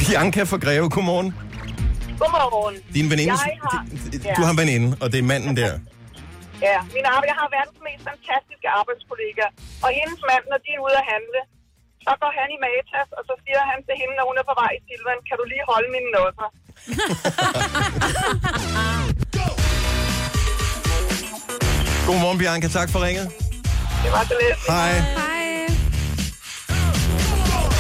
Speaker 1: Bianca fra Greve, godmorgen.
Speaker 7: Godmorgen.
Speaker 1: Din veninde,
Speaker 7: Jeg har-
Speaker 1: din-
Speaker 7: ja.
Speaker 1: du har en veninde, og det er manden der.
Speaker 7: Ja, min arbejde, jeg har verdens mest fantastiske arbejdskollega. Og hendes mand, når de er ude at handle, så går han i Matas, og så siger han til hende, når hun er på vej i Silvan, kan du lige holde mine nødder?
Speaker 1: Godmorgen, Bianca. Tak for ringet.
Speaker 7: Det var så lidt.
Speaker 1: Hej.
Speaker 4: Hej.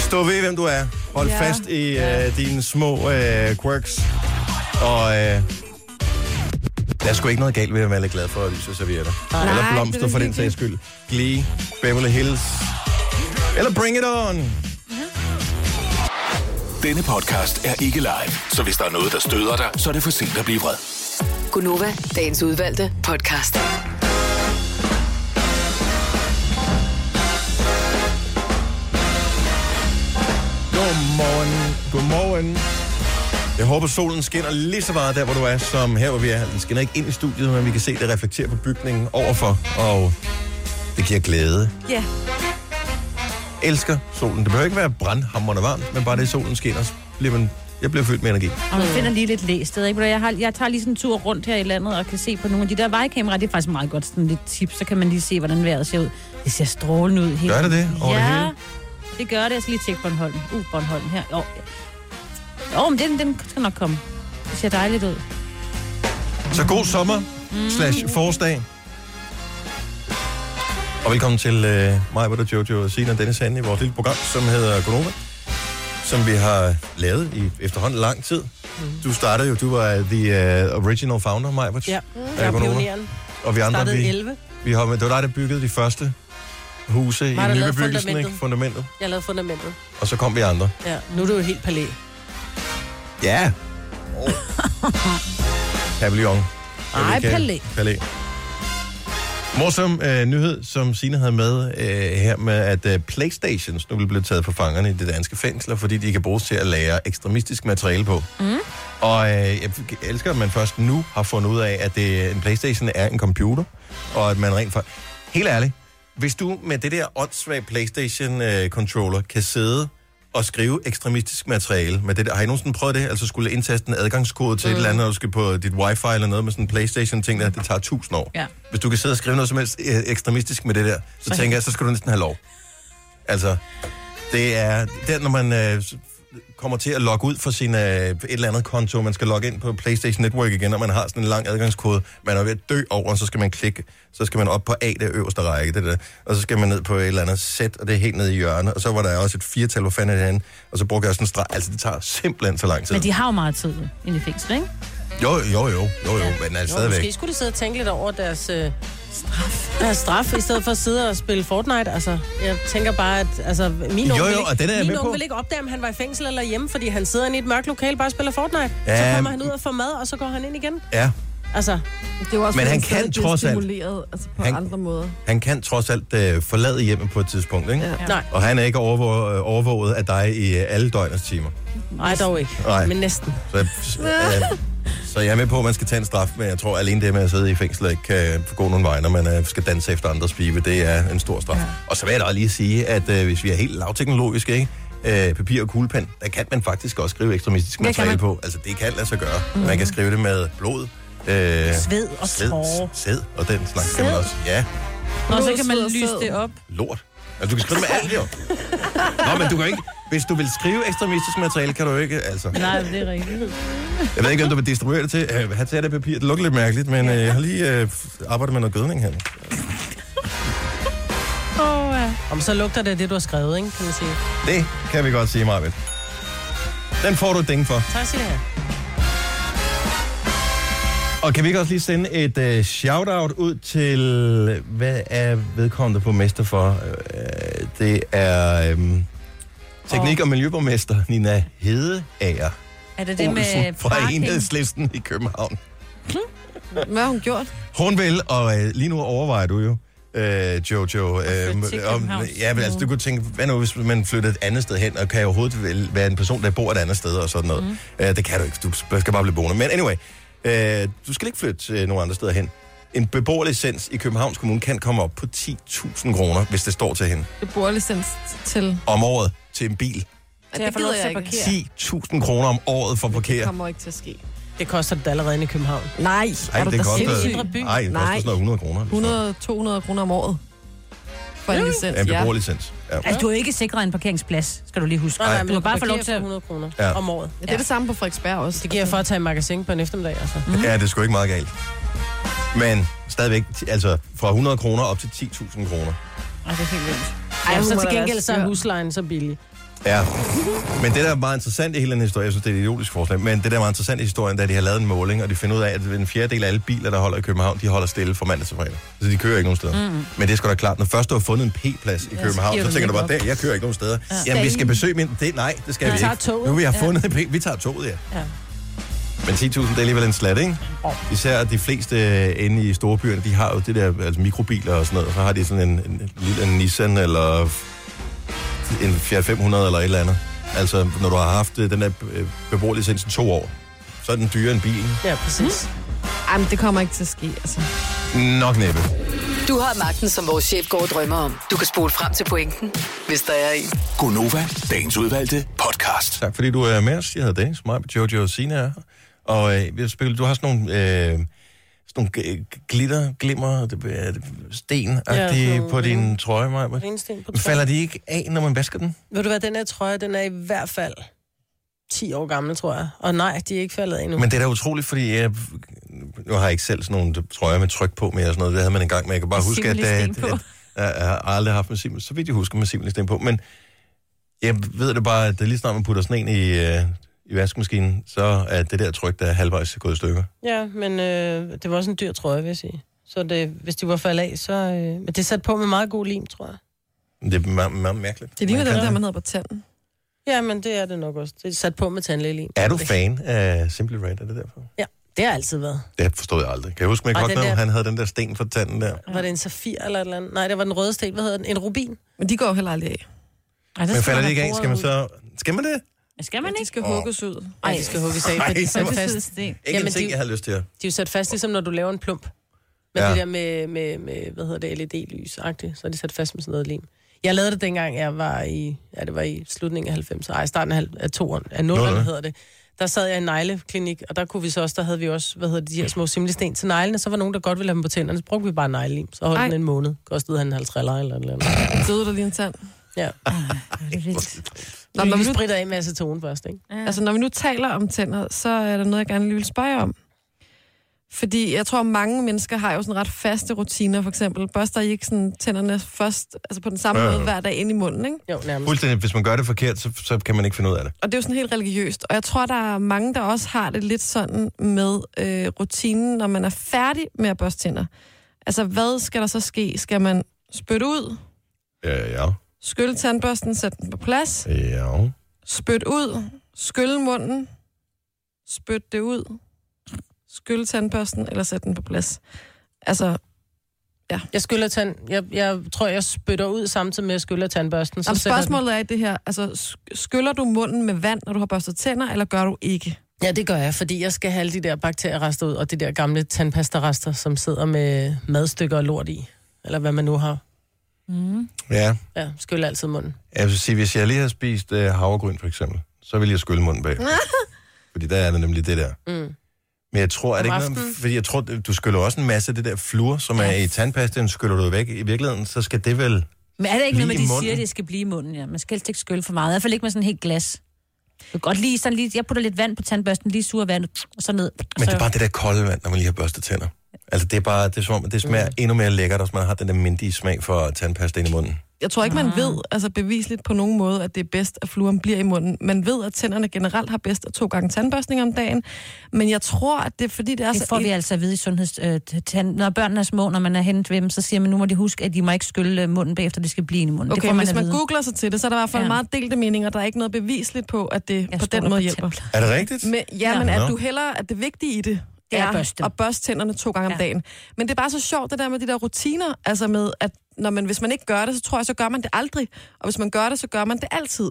Speaker 1: Stå ved, hvem du er. Hold ja.
Speaker 4: Ja.
Speaker 1: fast i øh, dine små øh, quirks. Og øh, der er sgu ikke noget galt ved at være lidt glad for at lyse servietter. Eller
Speaker 4: Nej, det
Speaker 1: blomster
Speaker 4: er
Speaker 1: for den
Speaker 4: hyggeligt.
Speaker 1: sags skyld. Glee, Beverly Hills. Eller Bring It On.
Speaker 6: Denne podcast er ikke live, så hvis der er noget, der støder dig, så er det for sent at blive vred.
Speaker 5: Gunova, dagens udvalgte podcast.
Speaker 1: Godmorgen. Godmorgen. Jeg håber, solen skinner lige så meget der, hvor du er, som her, hvor vi er. Den skinner ikke ind i studiet, men vi kan se det reflektere på bygningen overfor, og det giver glæde.
Speaker 4: Ja.
Speaker 1: Elsker solen. Det behøver ikke være brandhammerende varmt, men bare det, solen skinner, så bliver man, jeg bliver fyldt med energi.
Speaker 2: Og man finder lige lidt læsted, ikke? Ved du, Jeg, har, jeg tager lige sådan en tur rundt her i landet og kan se på nogle af de der vejkameraer. Det er faktisk meget godt sådan lidt tip, så kan man lige se, hvordan vejret ser ud. Det ser strålende ud. Helt.
Speaker 1: Gør det det over
Speaker 2: ja,
Speaker 1: det hele?
Speaker 2: det gør det. Jeg skal lige tjekke Bornholm. Uh, Bornholm her. Jo, jo men den, den skal nok komme. Det ser dejligt ud.
Speaker 1: Så god sommer slash forårsdag. Og velkommen til øh, mig, Britta, Jojo, Sina og Dennis Hande i vores lille program, som hedder Konoba, som vi har lavet i efterhånden lang tid. Du startede jo, du var the uh, original founder, Maja,
Speaker 3: Mm. Ja, jeg
Speaker 1: Ja,
Speaker 3: er
Speaker 1: Gonova.
Speaker 3: pioneren.
Speaker 1: og vi andre,
Speaker 3: Startede i
Speaker 1: vi,
Speaker 3: 11.
Speaker 1: vi har, det var dig, der byggede de første huse
Speaker 3: Mig, der
Speaker 1: i
Speaker 3: lavede
Speaker 1: nybebyggelsen, ikke?
Speaker 3: fundamentet.
Speaker 1: Fundamentet.
Speaker 3: Jeg lavede fundamentet.
Speaker 1: Og så kom vi andre.
Speaker 3: Ja, nu er det jo helt palæ.
Speaker 1: Ja. Oh. Pavillon.
Speaker 2: Ej, palæ.
Speaker 1: Palæ. Morsom øh, nyhed, som Sine havde med øh, her med, at øh, Playstations nu vil blive taget for fangerne i de danske fængsler, fordi de kan bruges til at lære ekstremistisk materiale på. Mm. Og øh, jeg f- elsker, at man først nu har fundet ud af, at det, en Playstation er en computer, og at man rent for... Helt ærligt, hvis du med det der åndssvage Playstation-controller kan sidde og skrive ekstremistisk materiale med det der. Har I nogensinde prøvet det? Altså skulle indtaste en adgangskode til mm. et eller andet, når du skal på dit wifi eller noget med sådan en Playstation-ting, der det tager tusind år.
Speaker 2: Ja.
Speaker 1: Hvis du kan sidde og skrive noget som helst øh, ekstremistisk med det der, så tænker jeg, så skal du næsten have lov. Altså, det er der, når man øh, s- kommer til at logge ud fra sin øh, et eller andet konto, man skal logge ind på PlayStation Network igen, og man har sådan en lang adgangskode, man er ved at dø over, og så skal man klikke, så skal man op på A, det øverste række, det der, og så skal man ned på et eller andet sæt, og det er helt nede i hjørnet, og så var der også et firtal, hvor fanden er det henne, og så brugte jeg sådan en streg, altså det tager simpelthen så lang tid.
Speaker 2: Men de har jo meget tid inde i fængsel, ikke?
Speaker 1: Jo, jo, jo, jo, jo, men altså
Speaker 3: Jo, måske
Speaker 1: stadigvæk.
Speaker 3: skulle de sidde og tænke lidt over deres... Øh, straf. Deres straf, i stedet for at sidde og spille Fortnite. Altså, jeg tænker bare, at altså, min
Speaker 1: Jo,
Speaker 3: unge,
Speaker 1: jo,
Speaker 3: vil,
Speaker 1: og den er
Speaker 3: ikke,
Speaker 1: jeg
Speaker 3: min
Speaker 1: med på.
Speaker 3: unge vil ikke opdage, om han var i fængsel eller hjemme, fordi han sidder inde i et mørkt lokale og bare spiller Fortnite.
Speaker 1: Ja,
Speaker 3: så kommer
Speaker 1: men-
Speaker 3: han ud og får mad, og så går han ind igen.
Speaker 1: Ja,
Speaker 3: Altså,
Speaker 4: Det er jo også,
Speaker 1: Men
Speaker 4: fordi
Speaker 1: han
Speaker 4: stadig
Speaker 1: kan
Speaker 4: bliver
Speaker 1: trods alt.
Speaker 4: stimuleret, altså på
Speaker 1: Han-
Speaker 4: han... andre måder.
Speaker 1: han kan trods alt øh, forlade hjemmet på et tidspunkt, ikke?
Speaker 4: Ja.
Speaker 3: ja. nej,
Speaker 1: Og han er ikke overvå- øh, overvåget af dig i øh, alle døgnets timer.
Speaker 3: nej dog ikke.
Speaker 1: Nej.
Speaker 3: Men næsten.
Speaker 1: Så, øh, så jeg er med på, at man skal tage en straf, men jeg tror alene det med at sidde i fængsel og ikke kan gå nogen vej, når man øh, skal danse efter andres pibe, det er en stor straf. Ja. Og så vil jeg da også lige sige, at øh, hvis vi er helt lavteknologiske, ikke? Øh, papir og kuglepen, der kan man faktisk også skrive ekstremistisk
Speaker 2: kan
Speaker 1: materiale
Speaker 2: man.
Speaker 1: på. Altså, det kan lade sig gøre. Mm. Man kan skrive det med blod, øh,
Speaker 2: Sved og tårer.
Speaker 1: sæd og den slags kan man
Speaker 2: Sæd?
Speaker 1: også. Ja,
Speaker 2: Og så
Speaker 4: Blod,
Speaker 2: kan man
Speaker 4: sved og
Speaker 2: lyse
Speaker 4: sæd.
Speaker 2: det op.
Speaker 1: lort. Altså, du kan skrive det med alt, jo. Nå, men du kan ikke... Hvis du vil skrive ekstremistisk materiale, kan du jo ikke, altså...
Speaker 2: Nej, det er rigtigt. Jeg
Speaker 1: Jeg ved ikke, om du vil distribuere det til. Øh, Her tager det papir. Det lugter lidt mærkeligt, men øh, jeg har lige øh, arbejdet med noget gødning her.
Speaker 3: Om så lugter det af det, du har skrevet, ikke, kan man sige.
Speaker 1: Det kan vi godt sige, Marvind. Den får du et ding for.
Speaker 3: Tak skal I have.
Speaker 1: Og kan vi ikke også lige sende et øh, shout-out ud til... Hvad er vedkommende på mester for? Øh, det er... Øh, teknik- og miljøborgmester Nina Hedeager
Speaker 2: Er det det med
Speaker 1: Olsen fra
Speaker 2: parking?
Speaker 1: Enhedslisten i København.
Speaker 4: Hvad har hun gjort?
Speaker 1: Hun vil, og øh, lige nu overvejer du jo, øh, Jojo, øh,
Speaker 2: flytte til
Speaker 1: om,
Speaker 2: København.
Speaker 1: ja, men, altså, du kunne tænke, hvad nu, hvis man flytter et andet sted hen, og kan jeg overhovedet vel være en person, der bor et andet sted og sådan noget. Mm. Øh, det kan du ikke, du skal bare blive boende. Men anyway, øh, du skal ikke flytte øh, nogen andre steder hen. En beboerlicens i Københavns Kommune kan komme op på 10.000 kroner, hvis det står til hende,
Speaker 4: Det bruger licens til.
Speaker 1: om året til en bil.
Speaker 4: Ja, det
Speaker 2: får lov
Speaker 4: gider
Speaker 2: til
Speaker 4: jeg
Speaker 2: at
Speaker 4: ikke.
Speaker 2: parkere.
Speaker 1: 10.000 kroner om året for at
Speaker 4: Det
Speaker 1: parkere.
Speaker 4: kommer ikke til at ske.
Speaker 3: Det koster det allerede inde i København.
Speaker 4: Nej,
Speaker 1: Ej,
Speaker 4: er du
Speaker 1: det
Speaker 4: da
Speaker 1: koster,
Speaker 4: sindssyg?
Speaker 3: Indre by.
Speaker 1: ej, det koster
Speaker 4: Nej.
Speaker 1: sådan noget 100 kroner. eller sådan noget.
Speaker 4: 100-200 kroner om året. For en licens,
Speaker 1: Ja, en
Speaker 4: ja.
Speaker 1: beboerlicens. Ja.
Speaker 2: Altså, du er jo ikke sikret en parkeringsplads, skal du lige huske.
Speaker 3: Nej, nej, men
Speaker 2: du må bare få lov
Speaker 3: parkere
Speaker 2: til
Speaker 3: for
Speaker 2: at...
Speaker 3: 100 kroner
Speaker 1: Ja.
Speaker 3: om året.
Speaker 4: Ja, det er det samme på Frederiksberg også.
Speaker 3: Det giver jeg for at tage i magasin på en eftermiddag, altså.
Speaker 1: Ja, det er sgu ikke meget galt. Men stadigvæk, ti- altså fra 100 kroner op til 10.000 kroner.
Speaker 2: Ej, det er helt vildt.
Speaker 3: Ej,
Speaker 4: hun
Speaker 3: så
Speaker 4: må
Speaker 3: til
Speaker 4: da være
Speaker 3: gengæld så er
Speaker 4: skør.
Speaker 3: huslejen så billig.
Speaker 1: Ja. Men det, der er meget interessant i hele den historie, jeg synes, det er et idiotisk forslag, men det, der er meget interessant i historien, da de har lavet en måling, og de finder ud af, at en fjerdedel af alle biler, der holder i København, de holder stille fra mandag til fredag. Så de kører ikke nogen steder. Mm. Men det er sgu da klart, når først du har fundet en P-plads i København,
Speaker 2: giver
Speaker 1: så,
Speaker 2: du
Speaker 1: tænker du
Speaker 2: den
Speaker 1: bare,
Speaker 2: ikke
Speaker 1: der, jeg kører ikke nogen steder. Ja. Jamen, vi skal besøge min... Det, nej, det skal vi,
Speaker 3: Vi tager
Speaker 1: ikke.
Speaker 3: toget.
Speaker 1: Nu vi har fundet en P... Vi tager toget, ja.
Speaker 3: Ja.
Speaker 1: Men 10.000, det er alligevel en slat, ikke? Især de fleste øh, inde i storbyerne, de har jo det der, altså mikrobiler og sådan noget, og så har de sådan en, en lille Nissan eller en Fiat 500 eller et eller andet. Altså, når du har haft øh, den der øh, beboerlicens i to år, så er den dyrere end bilen.
Speaker 3: Ja, præcis.
Speaker 4: Jamen, det kommer ikke til at ske, altså.
Speaker 1: Nok næppe.
Speaker 5: Du har magten, som vores chef går og drømmer om. Du kan spole frem til pointen, hvis der er en.
Speaker 6: Gonova, dagens udvalgte podcast.
Speaker 1: Tak fordi du er med os. Jeg hedder Dennis, mig, Jojo og Sina er her. Og øh, vi har spillet, du har sådan nogle, øh, sådan nogle g- g- glitter, glimmer, det, øh, sten
Speaker 3: sådan
Speaker 1: ja,
Speaker 3: nogle
Speaker 1: på din trøje, Maja.
Speaker 3: Rensten på
Speaker 1: Falder de ikke af, når man vasker den?
Speaker 3: Ved du hvad, den her trøje, den er i hvert fald 10 år gammel, tror jeg. Og nej, de er ikke faldet af endnu.
Speaker 1: Men det er da utroligt, fordi jeg... Nu har jeg ikke selv sådan nogle trøjer med tryk på mere og sådan noget. Det havde man engang, men jeg kan bare huske, at, at,
Speaker 2: Simulisten
Speaker 1: at,
Speaker 2: på.
Speaker 1: at jeg har aldrig haft med simpel, så vidt jeg husker med simmelsten på. Men jeg ved det bare, at lige snart man putter sneen i, øh, i vaskemaskinen, så er det der tryk, der er halvvejs gået i stykker.
Speaker 3: Ja, men øh, det var også en dyr trøje, vil jeg sige. Så det, hvis de var faldet af, så... Øh, men det er sat på med meget god lim, tror jeg.
Speaker 1: Det er meget, meget mærkeligt.
Speaker 4: Det ligner
Speaker 1: Man
Speaker 4: den
Speaker 1: kan-
Speaker 4: der, man havde på tanden.
Speaker 3: Ja, men det er det nok også. Det er sat på med tandlægelim.
Speaker 1: Er du fan af Simply Red? Er det derfor?
Speaker 3: Ja, det har altid været.
Speaker 1: Det forstod jeg aldrig. Kan jeg huske mig
Speaker 3: Ej,
Speaker 1: godt,
Speaker 3: den
Speaker 1: når
Speaker 3: der-
Speaker 1: han havde den der sten for tanden der?
Speaker 3: Var det en safir eller et eller andet? Nej, det var den røde sten. Hvad hedder den? En rubin?
Speaker 4: Men de går jo heller aldrig af.
Speaker 2: Ej,
Speaker 1: Men falder det
Speaker 2: man
Speaker 1: ikke af,
Speaker 2: bordet
Speaker 1: skal man
Speaker 2: ud.
Speaker 1: så... Skal man det?
Speaker 2: Skal man
Speaker 4: De
Speaker 2: ikke?
Speaker 4: skal hugges ud.
Speaker 3: Ej, de skal hugges af,
Speaker 1: Ej,
Speaker 3: for de er
Speaker 1: så
Speaker 3: sat
Speaker 1: var-
Speaker 3: fast.
Speaker 2: Sten.
Speaker 1: Ikke
Speaker 3: Jamen,
Speaker 1: en ting,
Speaker 3: de-
Speaker 1: jeg havde lyst til.
Speaker 3: De er jo sat fast, ligesom når du laver en plump. Med
Speaker 1: Ja.
Speaker 3: ja. det der med, med, med, hvad hedder det, LED-lys-agtigt. Så er de sat fast med sådan noget lim. Jeg lavede det dengang, jeg var i, ja, det var i slutningen af 90'erne, ej, starten af, halv- af, toren, af 0'erne
Speaker 1: Nullerne.
Speaker 3: hedder det. Der sad jeg i en negleklinik, og der kunne vi så også, der havde vi også, hvad hedder det, de her små simlesten til neglene. Så var nogen, der godt ville have dem på tænderne, så brugte vi bare neglelim. Så holdt
Speaker 4: Ej.
Speaker 3: den en måned. Kostede han en 50 eller et eller andet.
Speaker 4: Døde der lige en tand.
Speaker 3: Ja.
Speaker 2: Det er vildt.
Speaker 4: Nå,
Speaker 3: Nå,
Speaker 4: når
Speaker 3: vi
Speaker 4: vi nu,
Speaker 3: spritter af med acetone først, ikke?
Speaker 4: altså, når vi nu taler om tænder, så er der noget, jeg gerne lige vil spørge jer om. Fordi jeg tror, mange mennesker har jo sådan ret faste rutiner, for eksempel. Børster I ikke sådan tænderne først, altså på den samme
Speaker 1: Ja, ja.
Speaker 4: måde hver dag ind i munden, ikke?
Speaker 3: Jo, nærmest.
Speaker 1: Fuldstændig. Hvis man gør det forkert, så, så kan man ikke finde ud af det.
Speaker 4: Og det er jo sådan helt religiøst. Og jeg tror, der er mange, der også har det lidt sådan med øh, rutinen, når man er færdig med at børste tænder. Altså, hvad skal der så ske? Skal man spytte ud,
Speaker 1: Ja, ja.
Speaker 4: skylle tandbørsten, sætte den på plads,
Speaker 1: Ja.
Speaker 4: spytte ud, skylle munden, spytte det ud, skylle tandbørsten, eller sætte den på plads. Altså,
Speaker 3: Jeg skyller tand... Jeg, jeg tror, jeg spytter ud samtidig med, at jeg skyller tandbørsten. Så
Speaker 4: om
Speaker 3: sætter jeg
Speaker 4: spørgsmålet er i det her, altså, sk- skyller du munden med vand, når du har børstet tænder, eller gør du ikke?
Speaker 3: den- Ja, det gør jeg, fordi jeg skal have alle de der bakterierester ud, og de der gamle tandpastarester, som sidder med madstykker og lort i. Eller hvad man nu har.
Speaker 1: Ja.
Speaker 3: Ja, skyller altid munden.
Speaker 1: Jeg vil sige, hvis jeg lige har spist øh, havregryn, for eksempel, så vil jeg skylle munden bag. fordi der er det nemlig det der.
Speaker 3: Mm.
Speaker 1: Men jeg tror, er det
Speaker 3: Om
Speaker 1: ikke noget,
Speaker 3: aftenen?
Speaker 1: fordi jeg tror, du skyller også en masse af det der fluor, som er i tandpastaen, skyller du væk. I virkeligheden, så skal det vel...
Speaker 2: Men er der ikke
Speaker 1: Lige
Speaker 2: noget med,
Speaker 1: i
Speaker 2: de
Speaker 1: munden.
Speaker 2: siger, at det skal blive i munden? Ja. Man skal helst ikke skylle for meget. I hvert fald ikke med sådan en helt glas. Du kan godt lige, sådan lige, jeg putter lidt vand på tandbørsten, lige suger vandet, og så ned.
Speaker 1: Men
Speaker 2: så,
Speaker 1: det er bare det der kolde vand, når man lige har børstet tænder. Altså, det er bare, det er som om, det
Speaker 2: Mm.
Speaker 1: smager endnu mere lækkert, også man har den der mindige smag for tandpasta ind i munden.
Speaker 4: Jeg tror ikke, man
Speaker 2: Ah.
Speaker 4: ved altså bevisligt på nogen måde, at det er bedst, at fluoren bliver i munden. Man ved, at tænderne generelt har bedst af to gange tandbørstning om dagen. Men jeg tror, at det er fordi, det er
Speaker 2: det får
Speaker 4: så...
Speaker 2: vi altså at vide i sundheds... Øh, tand, når børnene er små, når man er henne ved dem, så siger man, nu må de huske, at de må ikke skylle øh, munden bagefter, det skal blive i munden. det
Speaker 4: Okay,
Speaker 2: får
Speaker 4: man
Speaker 2: man
Speaker 4: hvis
Speaker 2: at
Speaker 4: man
Speaker 2: vide.
Speaker 4: googler sig til det, så er der i hvert fald
Speaker 2: Ja.
Speaker 4: ja. meget delte meninger. Der er ikke noget bevisligt på, at det
Speaker 2: Jeg
Speaker 4: på
Speaker 2: stoler
Speaker 4: den måde
Speaker 2: på
Speaker 4: hjælper.
Speaker 2: tandplejer.
Speaker 1: Er det rigtigt?
Speaker 4: Men, ja,
Speaker 2: Ja.
Speaker 4: men at
Speaker 1: Nå.
Speaker 4: du hellere, at det vigtige i det,
Speaker 2: Det er at børste dem.
Speaker 4: at børste tænderne to gange ja.
Speaker 2: Ja.
Speaker 4: om dagen. Men det er bare så sjovt, det der med de der rutiner, altså med, at når man, hvis man ikke gør det, så tror jeg, så gør man det aldrig. Og hvis man gør det, så gør man det altid.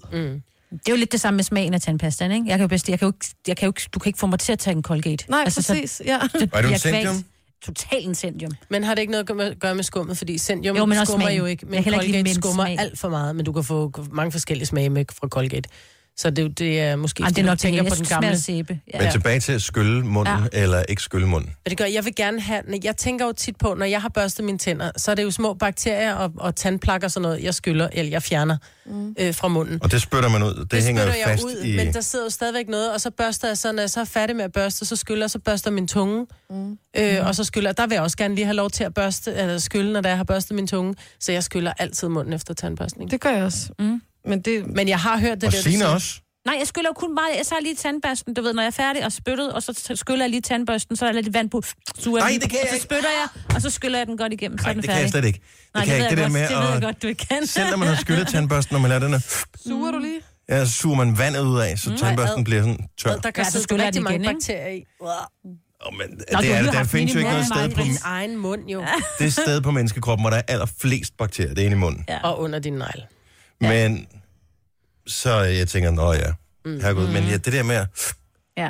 Speaker 2: Det er jo lidt det samme med smagen af tandpastaen, ikke? Jeg kan jo bedst, jeg kan jo ikke, jeg kan jo ikke, du kan ikke få mig til at tage en Colgate.
Speaker 4: Nej,
Speaker 2: altså,
Speaker 4: altså, præcis. ja.
Speaker 2: Så,
Speaker 1: Er du en
Speaker 2: jeg kvalt.
Speaker 1: Zendium?
Speaker 2: Total incendium.
Speaker 3: Men har det ikke noget at gøre med- gøre med skummet? Fordi sendium
Speaker 2: Jo, men også
Speaker 3: skummer
Speaker 2: smagen.
Speaker 3: jo ikke, men
Speaker 2: Jeg kan heller ikke lide
Speaker 3: Colgate
Speaker 2: mint
Speaker 3: skummer
Speaker 2: smag.
Speaker 3: alt for meget, men du kan få mange forskellige smage med fra Colgate. Så det, det er måske...
Speaker 2: Ej, det er
Speaker 3: du
Speaker 2: nok det,
Speaker 3: tænker
Speaker 2: jeg
Speaker 3: på den
Speaker 2: synes,
Speaker 3: gamle.
Speaker 2: smager sæbe. Ja.
Speaker 1: Men tilbage til at skylle munden, ja.
Speaker 2: Ja.
Speaker 1: eller ikke skylle munden.
Speaker 3: Men det gør, jeg vil gerne have... når- Jeg tænker jo tit på, når jeg har børstet mine tænder, så er det jo små bakterier og, og tandplakker og sådan noget, jeg skyller, eller jeg fjerner mm. øh, fra munden.
Speaker 1: Og det spytter man ud. Det, det hænger jo
Speaker 3: spytter
Speaker 1: fast
Speaker 3: jeg ud,
Speaker 1: i...
Speaker 3: men der sidder jo stadigvæk noget, og så børster jeg så, når jeg så er færdig med at børste, så skyller jeg, så børster min tunge, mm. øh, og så skyller jeg. Der vil jeg også gerne lige have lov til at børste, eller skylle, når jeg har børstet min tunge, så jeg skyller altid munden efter tandbørstning.
Speaker 4: Det gør jeg også. Mm. Men det,
Speaker 3: Men jeg har hørt det
Speaker 1: Og
Speaker 3: der, du
Speaker 1: Signe
Speaker 3: siger.
Speaker 1: også.
Speaker 2: Nej, jeg skyller jo kun meget. Jeg tager lige tandbørsten, du ved, når jeg er færdig og spyttet, og så t- skyller jeg lige tandbørsten, så er der lidt vand på, suger
Speaker 1: Nej,
Speaker 2: jeg lige,
Speaker 1: det kan
Speaker 2: og
Speaker 1: jeg
Speaker 2: så
Speaker 1: ikke.
Speaker 2: spytter jeg, og så skyller jeg den godt igennem, så
Speaker 1: Nej,
Speaker 2: er den
Speaker 1: det
Speaker 2: færdig.
Speaker 1: kan jeg slet ikke. Det
Speaker 2: Nej,
Speaker 1: kan jeg
Speaker 2: ved
Speaker 1: ikke. Det
Speaker 2: jeg
Speaker 1: der med
Speaker 2: godt, det ved jeg
Speaker 1: at...
Speaker 2: godt, du ikke kan.
Speaker 1: Selv når man har skyllet tandbørsten, når man lader den her,
Speaker 4: suger du lige?
Speaker 1: ja, så suger man vandet ud af,
Speaker 2: Mm.
Speaker 1: så tandbørsten bliver sådan tør.
Speaker 3: Der kan
Speaker 2: Ja, så
Speaker 3: sidde
Speaker 2: skyller jeg
Speaker 3: rigtig
Speaker 2: den
Speaker 3: mange
Speaker 2: igen, ikke?
Speaker 3: bakterier i.
Speaker 1: Oh, men,
Speaker 2: Nå, du
Speaker 1: det
Speaker 2: har
Speaker 1: er,
Speaker 2: lige
Speaker 1: det. der
Speaker 2: haft
Speaker 1: findes jo
Speaker 2: min i
Speaker 1: ikke noget sted
Speaker 2: munden,
Speaker 1: på,
Speaker 3: Din egen mund jo,
Speaker 1: det sted på menneskekroppen, hvor der er allerflest bakterier. Det er inde i munden.
Speaker 2: Ja.
Speaker 3: og under din negl.
Speaker 1: Men så øh, jeg tænker, nå ja,
Speaker 4: Mm.
Speaker 1: herregud. Men ja, det der med... at-
Speaker 2: Ja.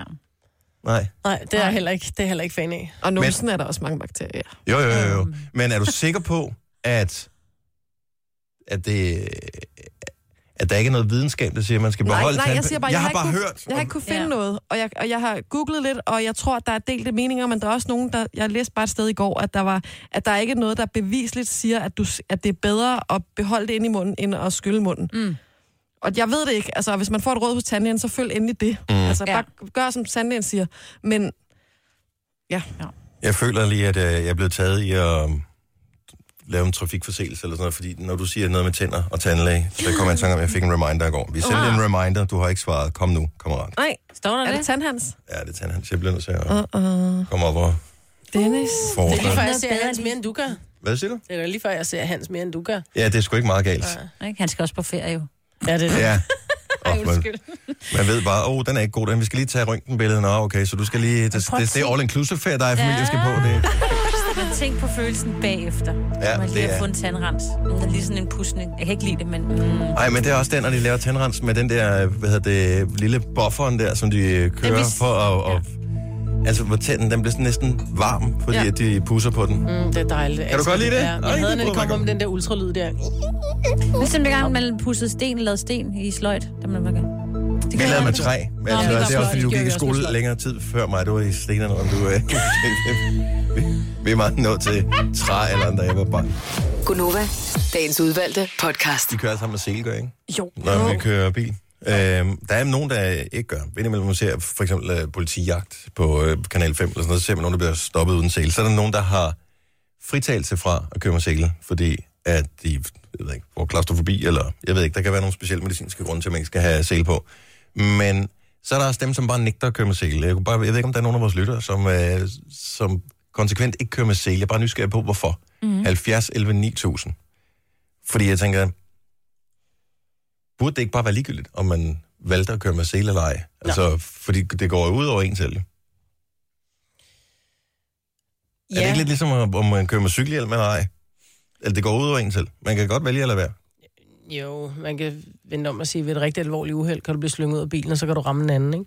Speaker 1: Nej.
Speaker 3: Nej, det er jeg heller ikke, det er heller ikke fan af.
Speaker 4: Og numsen er der også mange bakterier.
Speaker 1: Jo, jo, jo,
Speaker 4: Mm.
Speaker 1: jo. Men er du sikker på, at, at det at der ikke er noget videnskab, der siger, at man skal
Speaker 4: Nej,
Speaker 1: beholde
Speaker 4: nej, jeg
Speaker 1: tandpa-
Speaker 4: siger bare,
Speaker 1: jeg,
Speaker 4: jeg
Speaker 1: har bare
Speaker 4: ikke
Speaker 1: hørt.
Speaker 4: Kunne, jeg har ikke kunne finde
Speaker 2: Ja.
Speaker 4: ja. noget, og jeg, og jeg har googlet lidt, og jeg tror, at der er delte meninger, men der er også nogen, der... Jeg læste bare et sted i går, at der, var, at der er ikke er noget, der bevisligt siger, at, du, s- at det er bedre at beholde det inde i munden, end at skylle munden. Mm. Og jeg ved det ikke. Altså, hvis man får et råd hos tandlægen, så følg endelig det. Mm. Altså,
Speaker 2: Ja.
Speaker 4: bare gør, som tandlægen siger. Men ja,
Speaker 1: Jeg føler lige, at øh, jeg er blevet taget i at øh, lave en trafikforseelse eller sådan noget, fordi når du siger noget med tænder og tandlæge, så kommer jeg i tanke om, at jeg fik en reminder i går. Vi sendte en reminder, du har ikke svaret. Kom nu, kammerat.
Speaker 4: nej.
Speaker 2: Står der
Speaker 4: Er det
Speaker 2: det?
Speaker 4: tandhands?
Speaker 1: Ja, det er tandhans. Jeg bliver nødt til at
Speaker 4: Uh-uh.
Speaker 1: komme op og
Speaker 4: Dennis.
Speaker 3: Det er lige
Speaker 1: forestille.
Speaker 3: før, jeg
Speaker 2: Noget
Speaker 3: ser
Speaker 2: bedre
Speaker 3: Hans
Speaker 2: end-
Speaker 3: mere, end du gør.
Speaker 1: Hvad siger du?
Speaker 3: Det er da lige før, jeg ser Hans mere, end du gør.
Speaker 1: Ja, det er sgu ikke meget galt.
Speaker 2: Ikke? Han skal også på ferie jo.
Speaker 3: Ja, det er det.
Speaker 1: Ja. Oh, man, man ved bare, åh, oh, den er ikke god, den. Vi skal lige tage røntgenbilledet. Nå, okay, så du skal lige... Det, det,
Speaker 2: prøv at
Speaker 1: det er
Speaker 2: se.
Speaker 1: all inclusive ferie, der er familie skal på. Det.
Speaker 2: Men tænk på følelsen bagefter. Ja, man lige
Speaker 1: det
Speaker 2: har
Speaker 1: er-
Speaker 2: fået en tandrens. Det er lige sådan en pusning. Jeg kan ikke lide det, men... Mm.
Speaker 1: Ej, men det er også den, når de laver tandrens med den der, hvad hedder det, lille bufferen der, som de øh, kører
Speaker 2: vi-
Speaker 1: for at... Og, Altså, hvor tænden, den bliver sådan næsten varm, fordi ja.
Speaker 4: Ja.
Speaker 1: at de pusser på den.
Speaker 3: Mm, det er dejligt. Kan
Speaker 1: du godt lide det?
Speaker 3: Ja, jeg
Speaker 1: Ej,
Speaker 3: havde,
Speaker 1: det
Speaker 3: når det
Speaker 1: bryder
Speaker 3: kom
Speaker 1: mig
Speaker 3: om
Speaker 1: godt.
Speaker 3: den der ultralyd der.
Speaker 2: Ligesom det gang, man pudsede sten, lavede sten i sløjt. Det man gøre.
Speaker 1: Det lavede man træ. Men altså,
Speaker 3: det var
Speaker 1: det er også,
Speaker 3: flot.
Speaker 1: fordi du
Speaker 3: Det gjorde
Speaker 1: gik i
Speaker 3: vi også
Speaker 1: skole
Speaker 3: flot.
Speaker 1: længere tid før mig. Du var i stenerne, om du er... vi, vi er meget nået til træ eller andet, da jeg var barn.
Speaker 5: Gunova, dagens udvalgte podcast.
Speaker 1: De kører sammen med selgør, ikke?
Speaker 2: Jo.
Speaker 1: Når vi kører bil. Øhm, der er nogen, der ikke gør. Indimellem man ser for eksempel øh, politijagt på øh, Kanal 5, eller sådan noget, så ser man nogen, der bliver stoppet uden sele. Så er der nogen, der har fritagelse fra at køre med sele, fordi at de jeg ved ikke, får klaustrofobi, eller jeg ved ikke, der kan være nogle specielle medicinske grunde til, at man ikke skal have sele på. Men så er der også dem, som bare nægter at køre med sele. Jeg, kunne bare, jeg ved ikke, om der er nogen af vores lyttere, som, øh, som konsekvent ikke kører med sele. Jeg er bare nysgerrig på, hvorfor. Mm. 70, 11, 9000. Fordi jeg tænker, burde det ikke bare være ligegyldigt, om man valgte at køre med sele eller ej? Altså, fordi det går jo ud over en selv. Ja. Er det
Speaker 3: Ja.
Speaker 1: ikke lidt ligesom, om om man kører med cykelhjelm eller ej? Eller det går ud over en selv. Man kan godt vælge eller være.
Speaker 3: Jo, man kan vente om og sige, ved et rigtig alvorligt uheld, kan du blive slynget ud af bilen, og så kan du ramme en anden, ikke?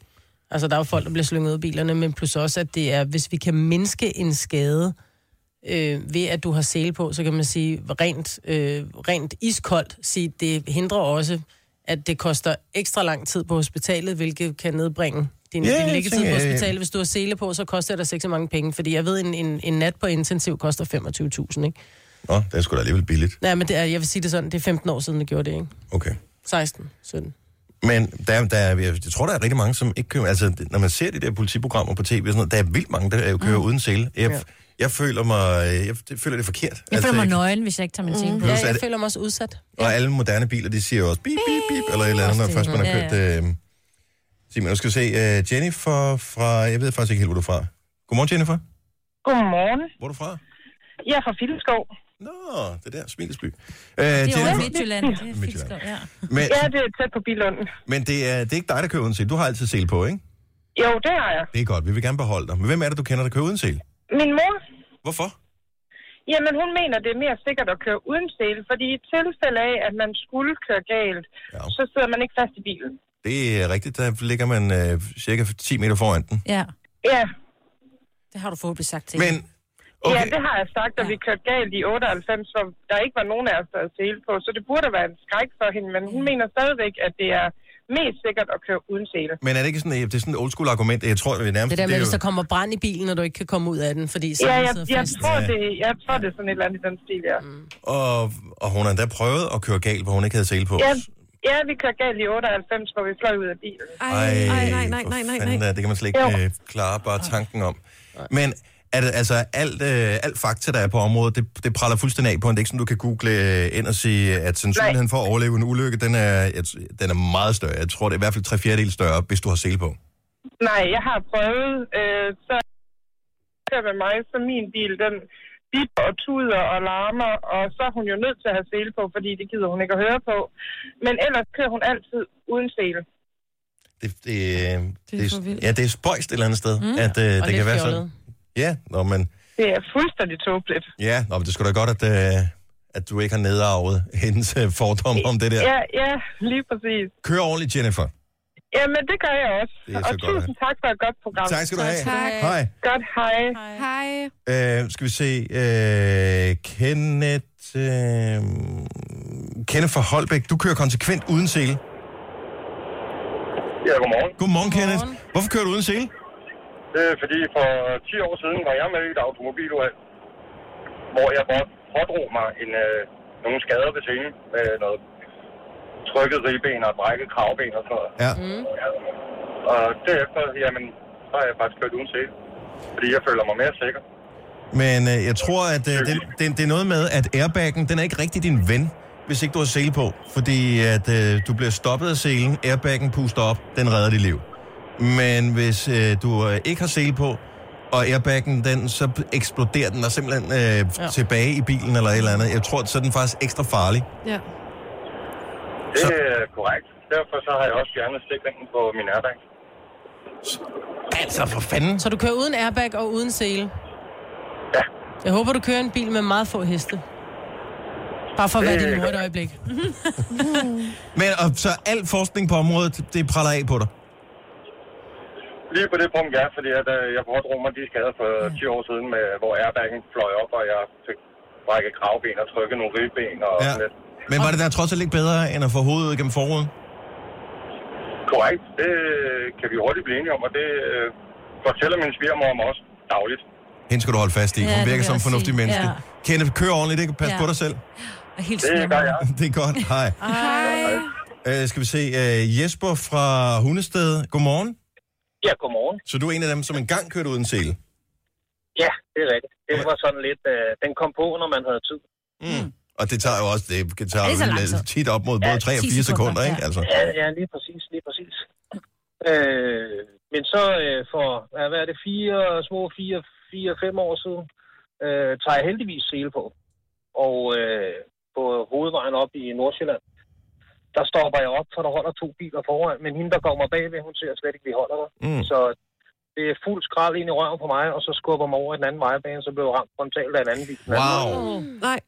Speaker 3: Altså, der er jo folk, der bliver slynget ud af bilerne, men plus også, at det er, hvis vi kan mindske en skade øh, ved, at du har sele på, så kan man sige, rent, øh, rent iskoldt, sige, det hindrer også, at det koster ekstra lang tid på hospitalet, hvilket kan nedbringe din,
Speaker 1: Ja,
Speaker 3: yeah, din
Speaker 1: jeg
Speaker 3: liggetid
Speaker 1: tænker,
Speaker 3: på
Speaker 1: ja, ja.
Speaker 3: hospitalet. Hvis du har sele på, så koster det dig ikke så mange penge, fordi jeg ved, en, en, en nat på intensiv koster 25.000, ikke?
Speaker 1: Nå, det er sgu da alligevel billigt.
Speaker 3: Nej, men det er, jeg vil sige det sådan, det er 15 år siden, jeg gjorde det, ikke?
Speaker 1: Okay.
Speaker 3: 16, 17.
Speaker 1: Men der, der er, jeg tror, der er rigtig mange, som ikke kører... Altså, det- når man ser de der politiprogrammer på tv og sådan noget, der er vildt mange, der øh, kører mm. uden sele. Jeg, ja. jeg føler mig... Jeg, jeg føler det er forkert.
Speaker 2: Jeg føler mig
Speaker 1: Altså, jeg-
Speaker 2: nøgen, hvis jeg ikke tager min ting på.
Speaker 3: Ja,
Speaker 1: Plus, at-
Speaker 3: jeg føler mig også udsat.
Speaker 1: Og alle moderne biler, de siger jo også bip, bip, bip, eller et eller andet, når først man har
Speaker 2: Ja, ja.
Speaker 1: kørt... Øh, sig mig, nu skal vi se. Øh, Jennifer fra... Jeg ved faktisk ikke helt, hvor du er fra. Godmorgen, Jennifer.
Speaker 9: Godmorgen.
Speaker 1: Hvor er du fra?
Speaker 9: Jeg er fra Filskov.
Speaker 1: Nå, det der, Smilesby. Øh,
Speaker 2: Det er over i
Speaker 1: Jennifer,
Speaker 2: Midtjylland. Det er
Speaker 1: Midtjylland.
Speaker 2: Filskov, ja.
Speaker 1: men,
Speaker 9: det er tæt på Bilunden.
Speaker 1: men det, er, det er ikke dig, der kører uden sel. Du har altid sel på, ikke?
Speaker 9: Jo, det har jeg.
Speaker 1: Det er godt, vi vil gerne beholde dig. Men hvem er det, du kender, der kører uden sel?
Speaker 9: Min mor,
Speaker 1: Hvorfor?
Speaker 9: jamen hun mener, det er mere sikkert at køre uden sele, fordi i tilfælde af, at man skulle køre galt,
Speaker 1: Ja.
Speaker 9: ja. så sidder man ikke fast i bilen.
Speaker 1: Det er rigtigt, der ligger man øh, cirka 10 meter foran den.
Speaker 2: ja,
Speaker 9: Ja,
Speaker 2: det har du forhåbentlig sagt til.
Speaker 1: Men,
Speaker 9: okay. ja
Speaker 1: okay,
Speaker 9: det har jeg sagt, da vi kørte galt i 98, hvor der ikke var nogen af os, der havde sele på, så det burde være en skræk for hende, men
Speaker 3: Mm.
Speaker 9: hun mener stadigvæk, at det er mest sikkert at køre uden sele.
Speaker 1: men er det ikke sådan, øh, det er sådan et old school argument? Jeg tror, vi nærmest...
Speaker 3: Det der med,
Speaker 1: er
Speaker 3: hvis
Speaker 1: jo-
Speaker 3: der kommer brand i bilen, og du ikke kan komme ud af den, fordi
Speaker 9: Ja,
Speaker 3: selen
Speaker 9: jeg,
Speaker 3: sidder
Speaker 9: jeg,
Speaker 3: fast.
Speaker 9: tror, det, jeg tror, det er sådan et eller andet i den stil, ja.
Speaker 1: og, og hun har endda prøvet at køre galt, hvor hun ikke havde sel på.
Speaker 9: Ja, ja, vi kørte galt i 98, hvor vi fløj ud af bilen.
Speaker 4: Ej,
Speaker 1: Ej,
Speaker 4: ej, nej, nej,
Speaker 1: for
Speaker 4: nej, nej,
Speaker 1: fanden
Speaker 4: nej.
Speaker 1: da, Det kan man slet ikke øh, klare bare tanken om. Men er det, altså, alt, øh, alt fakta, der er på området, det, det praller fuldstændig af på en. Det er ikke sådan, du kan google øh, ind og sige, at sandsynligheden for at overleve en ulykke, den er, jeg, t- den er meget større. Jeg tror, det er i hvert fald tre fjerdedel større, hvis du har sele på.
Speaker 9: Nej, jeg har prøvet. Øh, så kører med mig, så min bil, den bipper og tuder og larmer, og så er hun jo nødt til at have sele på, fordi det gider hun ikke at høre på. Men ellers kører hun altid uden sele.
Speaker 1: Det, det, øh, det, er,
Speaker 4: for vildt.
Speaker 1: Ja, det er spøjst et eller andet sted, mm. at øh, det
Speaker 3: lidt
Speaker 1: kan være sådan.
Speaker 3: fjollet.
Speaker 1: Ja, nå, men,
Speaker 9: Det er fuldstændig tåbeligt.
Speaker 1: ja, nå, men det skulle da godt, at, øh, at du ikke har nedarvet hendes øh, fordomme om det der.
Speaker 9: Ja, ja, lige præcis.
Speaker 1: Kør ordentligt, Jennifer.
Speaker 9: Jamen, det gør jeg også.
Speaker 1: Det er
Speaker 9: Og
Speaker 1: så godt,
Speaker 9: tusind tak for et godt program.
Speaker 1: Tak skal du have.
Speaker 4: Tak.
Speaker 1: Hej.
Speaker 9: Godt, hej.
Speaker 4: Hej.
Speaker 1: Øh, skal vi se. Øh, Kenneth... Øh, Kenneth fra Holbæk. Du kører konsekvent uden sele.
Speaker 10: Ja, godmorgen.
Speaker 1: Godmorgen, Kenneth. Hvorfor kører du uden sele?
Speaker 10: Det er fordi for 10 år siden var jeg med i et automobiluheld, hvor jeg godt pådrog mig en, øh, nogle skader ved scenen med noget
Speaker 8: trykket ribben og brækket kravben og sådan noget.
Speaker 1: Ja.
Speaker 8: Og derefter, jamen, så har jeg faktisk kørt uden sele. Fordi jeg føler mig mere sikker.
Speaker 1: Men øh, jeg tror, at øh, det, det, det er noget med, at airbaggen, den er ikke rigtig din ven, hvis ikke du har sele på. Fordi at øh, du bliver stoppet af selen, airbaggen puster op, den redder dit liv. Men hvis øh, du øh, ikke har sele på, og airbaggen, den, så eksploderer den og simpelthen øh, ja. tilbage i bilen eller et eller andet. Jeg tror, at så er den faktisk ekstra farlig.
Speaker 4: Ja.
Speaker 8: Det
Speaker 1: Så-
Speaker 8: er korrekt. Derfor så har jeg også fjernet sikringen på min airbag.
Speaker 1: Altså, for fanden.
Speaker 3: Så du kører uden airbag og uden sele?
Speaker 8: Ja.
Speaker 3: Jeg håber, du kører en bil med meget få heste. Bare for at være
Speaker 8: Det-
Speaker 3: din mor et øjeblik.
Speaker 1: Men og, så al forskning på området, det praller af på dig.
Speaker 8: Lige på det punkt, ja, fordi at, øh, jeg pådrog mig de skader for
Speaker 1: Mm.
Speaker 8: 10 år siden, med, hvor airbaggen fløj op, og jeg fik brækket kravben og trykket nogle ribben og
Speaker 1: Ja.
Speaker 8: ja. lidt.
Speaker 1: Men var det der trods alt ikke bedre, end at få hovedet ud gennem forruden?
Speaker 8: Korrekt. Det øh, kan vi hurtigt blive enige om, og det øh, fortæller min svigermor om også dagligt.
Speaker 1: Hende skal du holde fast i.
Speaker 2: Ja,
Speaker 1: Hun
Speaker 2: det vil
Speaker 1: virker som
Speaker 2: jeg
Speaker 1: en
Speaker 2: også
Speaker 1: fornuftig
Speaker 2: sige.
Speaker 1: menneske.
Speaker 2: Ja.
Speaker 1: Kenneth, kør ordentligt, ikke? Pas
Speaker 2: Ja.
Speaker 1: på dig selv.
Speaker 2: Og helt
Speaker 8: Det
Speaker 2: snæver.
Speaker 8: gør jeg.
Speaker 1: Det er godt. Hej.
Speaker 4: Hej.
Speaker 1: Øh, skal vi se. Øh, Jesper fra Hundested. Godmorgen.
Speaker 8: Ja, godmorgen.
Speaker 1: Så du er en af dem, som engang kørte uden sele.
Speaker 8: Ja, det er rigtigt. Det var sådan lidt, øh, den kom på, når man havde tid.
Speaker 1: Mm. Og det tager jo også, det kan tage
Speaker 2: Ja, det er så lang tid.
Speaker 1: tit op mod både 3 og 4
Speaker 2: 10 sekunder,
Speaker 1: sekunder, ikke?
Speaker 2: ja.
Speaker 1: Altså.
Speaker 8: Ja, ja lige præcis, lige præcis. Øh, men så øh, for, ja, hvad er det, fire, små fire, fire, fem år siden, øh, tager jeg heldigvis sele på. Og øh, på hovedvejen op i Nordsjælland, der stopper jeg op, for der holder to biler foran, men hende, der kommer bagved, hun ser slet ikke, vi holder der.
Speaker 1: Mm.
Speaker 8: Så det er fuld skrald ind i røven på mig, og så skubber mig over i den anden vejbane, så blev jeg ramt frontalt af en anden bil. Den anden
Speaker 1: Wow.
Speaker 4: Nej.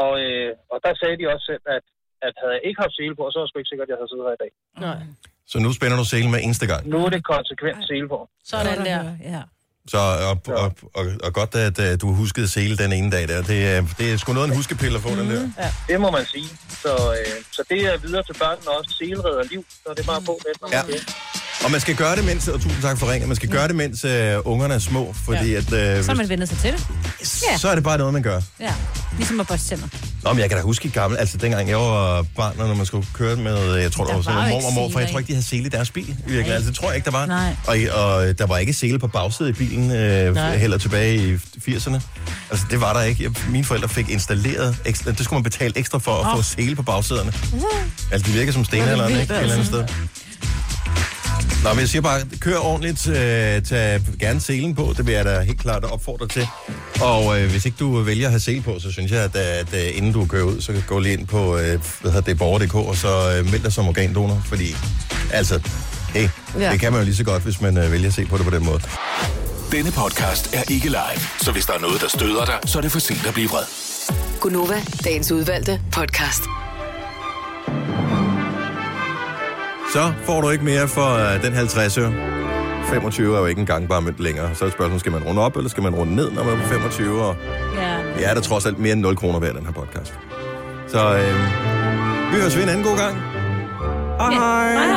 Speaker 8: Og, øh, og der sagde de også selv, at, at havde jeg ikke haft sele på, så var det sgu ikke sikkert, at jeg havde siddet her i dag.
Speaker 3: Nej.
Speaker 1: Så nu spænder du selen med eneste gang.
Speaker 8: Nu er det konsekvent sele på.
Speaker 3: Sådan der.
Speaker 2: Ja.
Speaker 1: Så op, op, og, og godt, at øh, du huskede sele den ene dag der. Det, er- det er sgu noget af en huskepille at få, den der.
Speaker 8: Det må man sige. Så, øh, så det er videre til børnene også. Sele redder liv, så det er bare på med.
Speaker 1: Ja. Og man skal gøre det mens, og tusind tak for ringen, man skal gøre det mens øh, ungerne er små, fordi ja. at, øh,
Speaker 2: Så har man vendt sig til det.
Speaker 1: hvis, så er det bare noget, man gør.
Speaker 2: Ja. Ligesom at børste tænder.
Speaker 1: Nå, men jeg kan da huske i gammel, altså dengang jeg var barn, og når man skulle køre med, øh, jeg tror, der,
Speaker 2: Der
Speaker 1: var sådan
Speaker 2: var
Speaker 1: noget
Speaker 2: jo
Speaker 1: mormor og
Speaker 2: ikke
Speaker 1: morfar, jeg
Speaker 2: sele,
Speaker 1: tror ikke, de havde sele i deres bil. Virkelig.
Speaker 2: Nej.
Speaker 1: Altså, det tror jeg ikke, der var.
Speaker 2: Nej.
Speaker 1: Og, og øh, der var ikke sele på bagsædet i bilen, øh,
Speaker 3: Nej.
Speaker 1: heller tilbage i 80'erne. Altså, det var der ikke. Jeg, mine forældre fik installeret ekstra, det skulle man betale ekstra for at oh. få sele på bagsæderne. Altså, det virker som sten eller andet, ikke? Et eller andet sted. Nå, men jeg siger bare, kør ordentligt, øh, tag gerne selen på, det vil jeg da helt klart opfordre til. Og øh, hvis ikke du vælger at have sele på, så synes jeg, at, at øh, inden du kører ud, så gå lige ind på øh, hvad hedder det, borger.dk, og så øh, meld dig som organdonor, fordi altså, hey, ja.
Speaker 4: Ja.
Speaker 1: det kan man jo lige så godt, hvis man øh, vælger at se på det på den måde.
Speaker 6: Denne podcast er ikke live, så hvis der er noget, der støder dig, så er det for sent at blive vred.
Speaker 5: Gunova, dagens udvalgte podcast.
Speaker 1: Så får du ikke mere for øh, den 50 øre. 25 er jo ikke en gangbar mønt længere. Så er spørgsmålet, skal man runde op, eller skal man runde ned, når man er på 25? Og
Speaker 2: Ja.
Speaker 1: Ja, der er trods alt mere end 0 kroner hver, den her øhm, podcast. Så øh, vi høres ved en anden god gang. Hej.
Speaker 2: Ja.
Speaker 1: hej.
Speaker 2: Hej.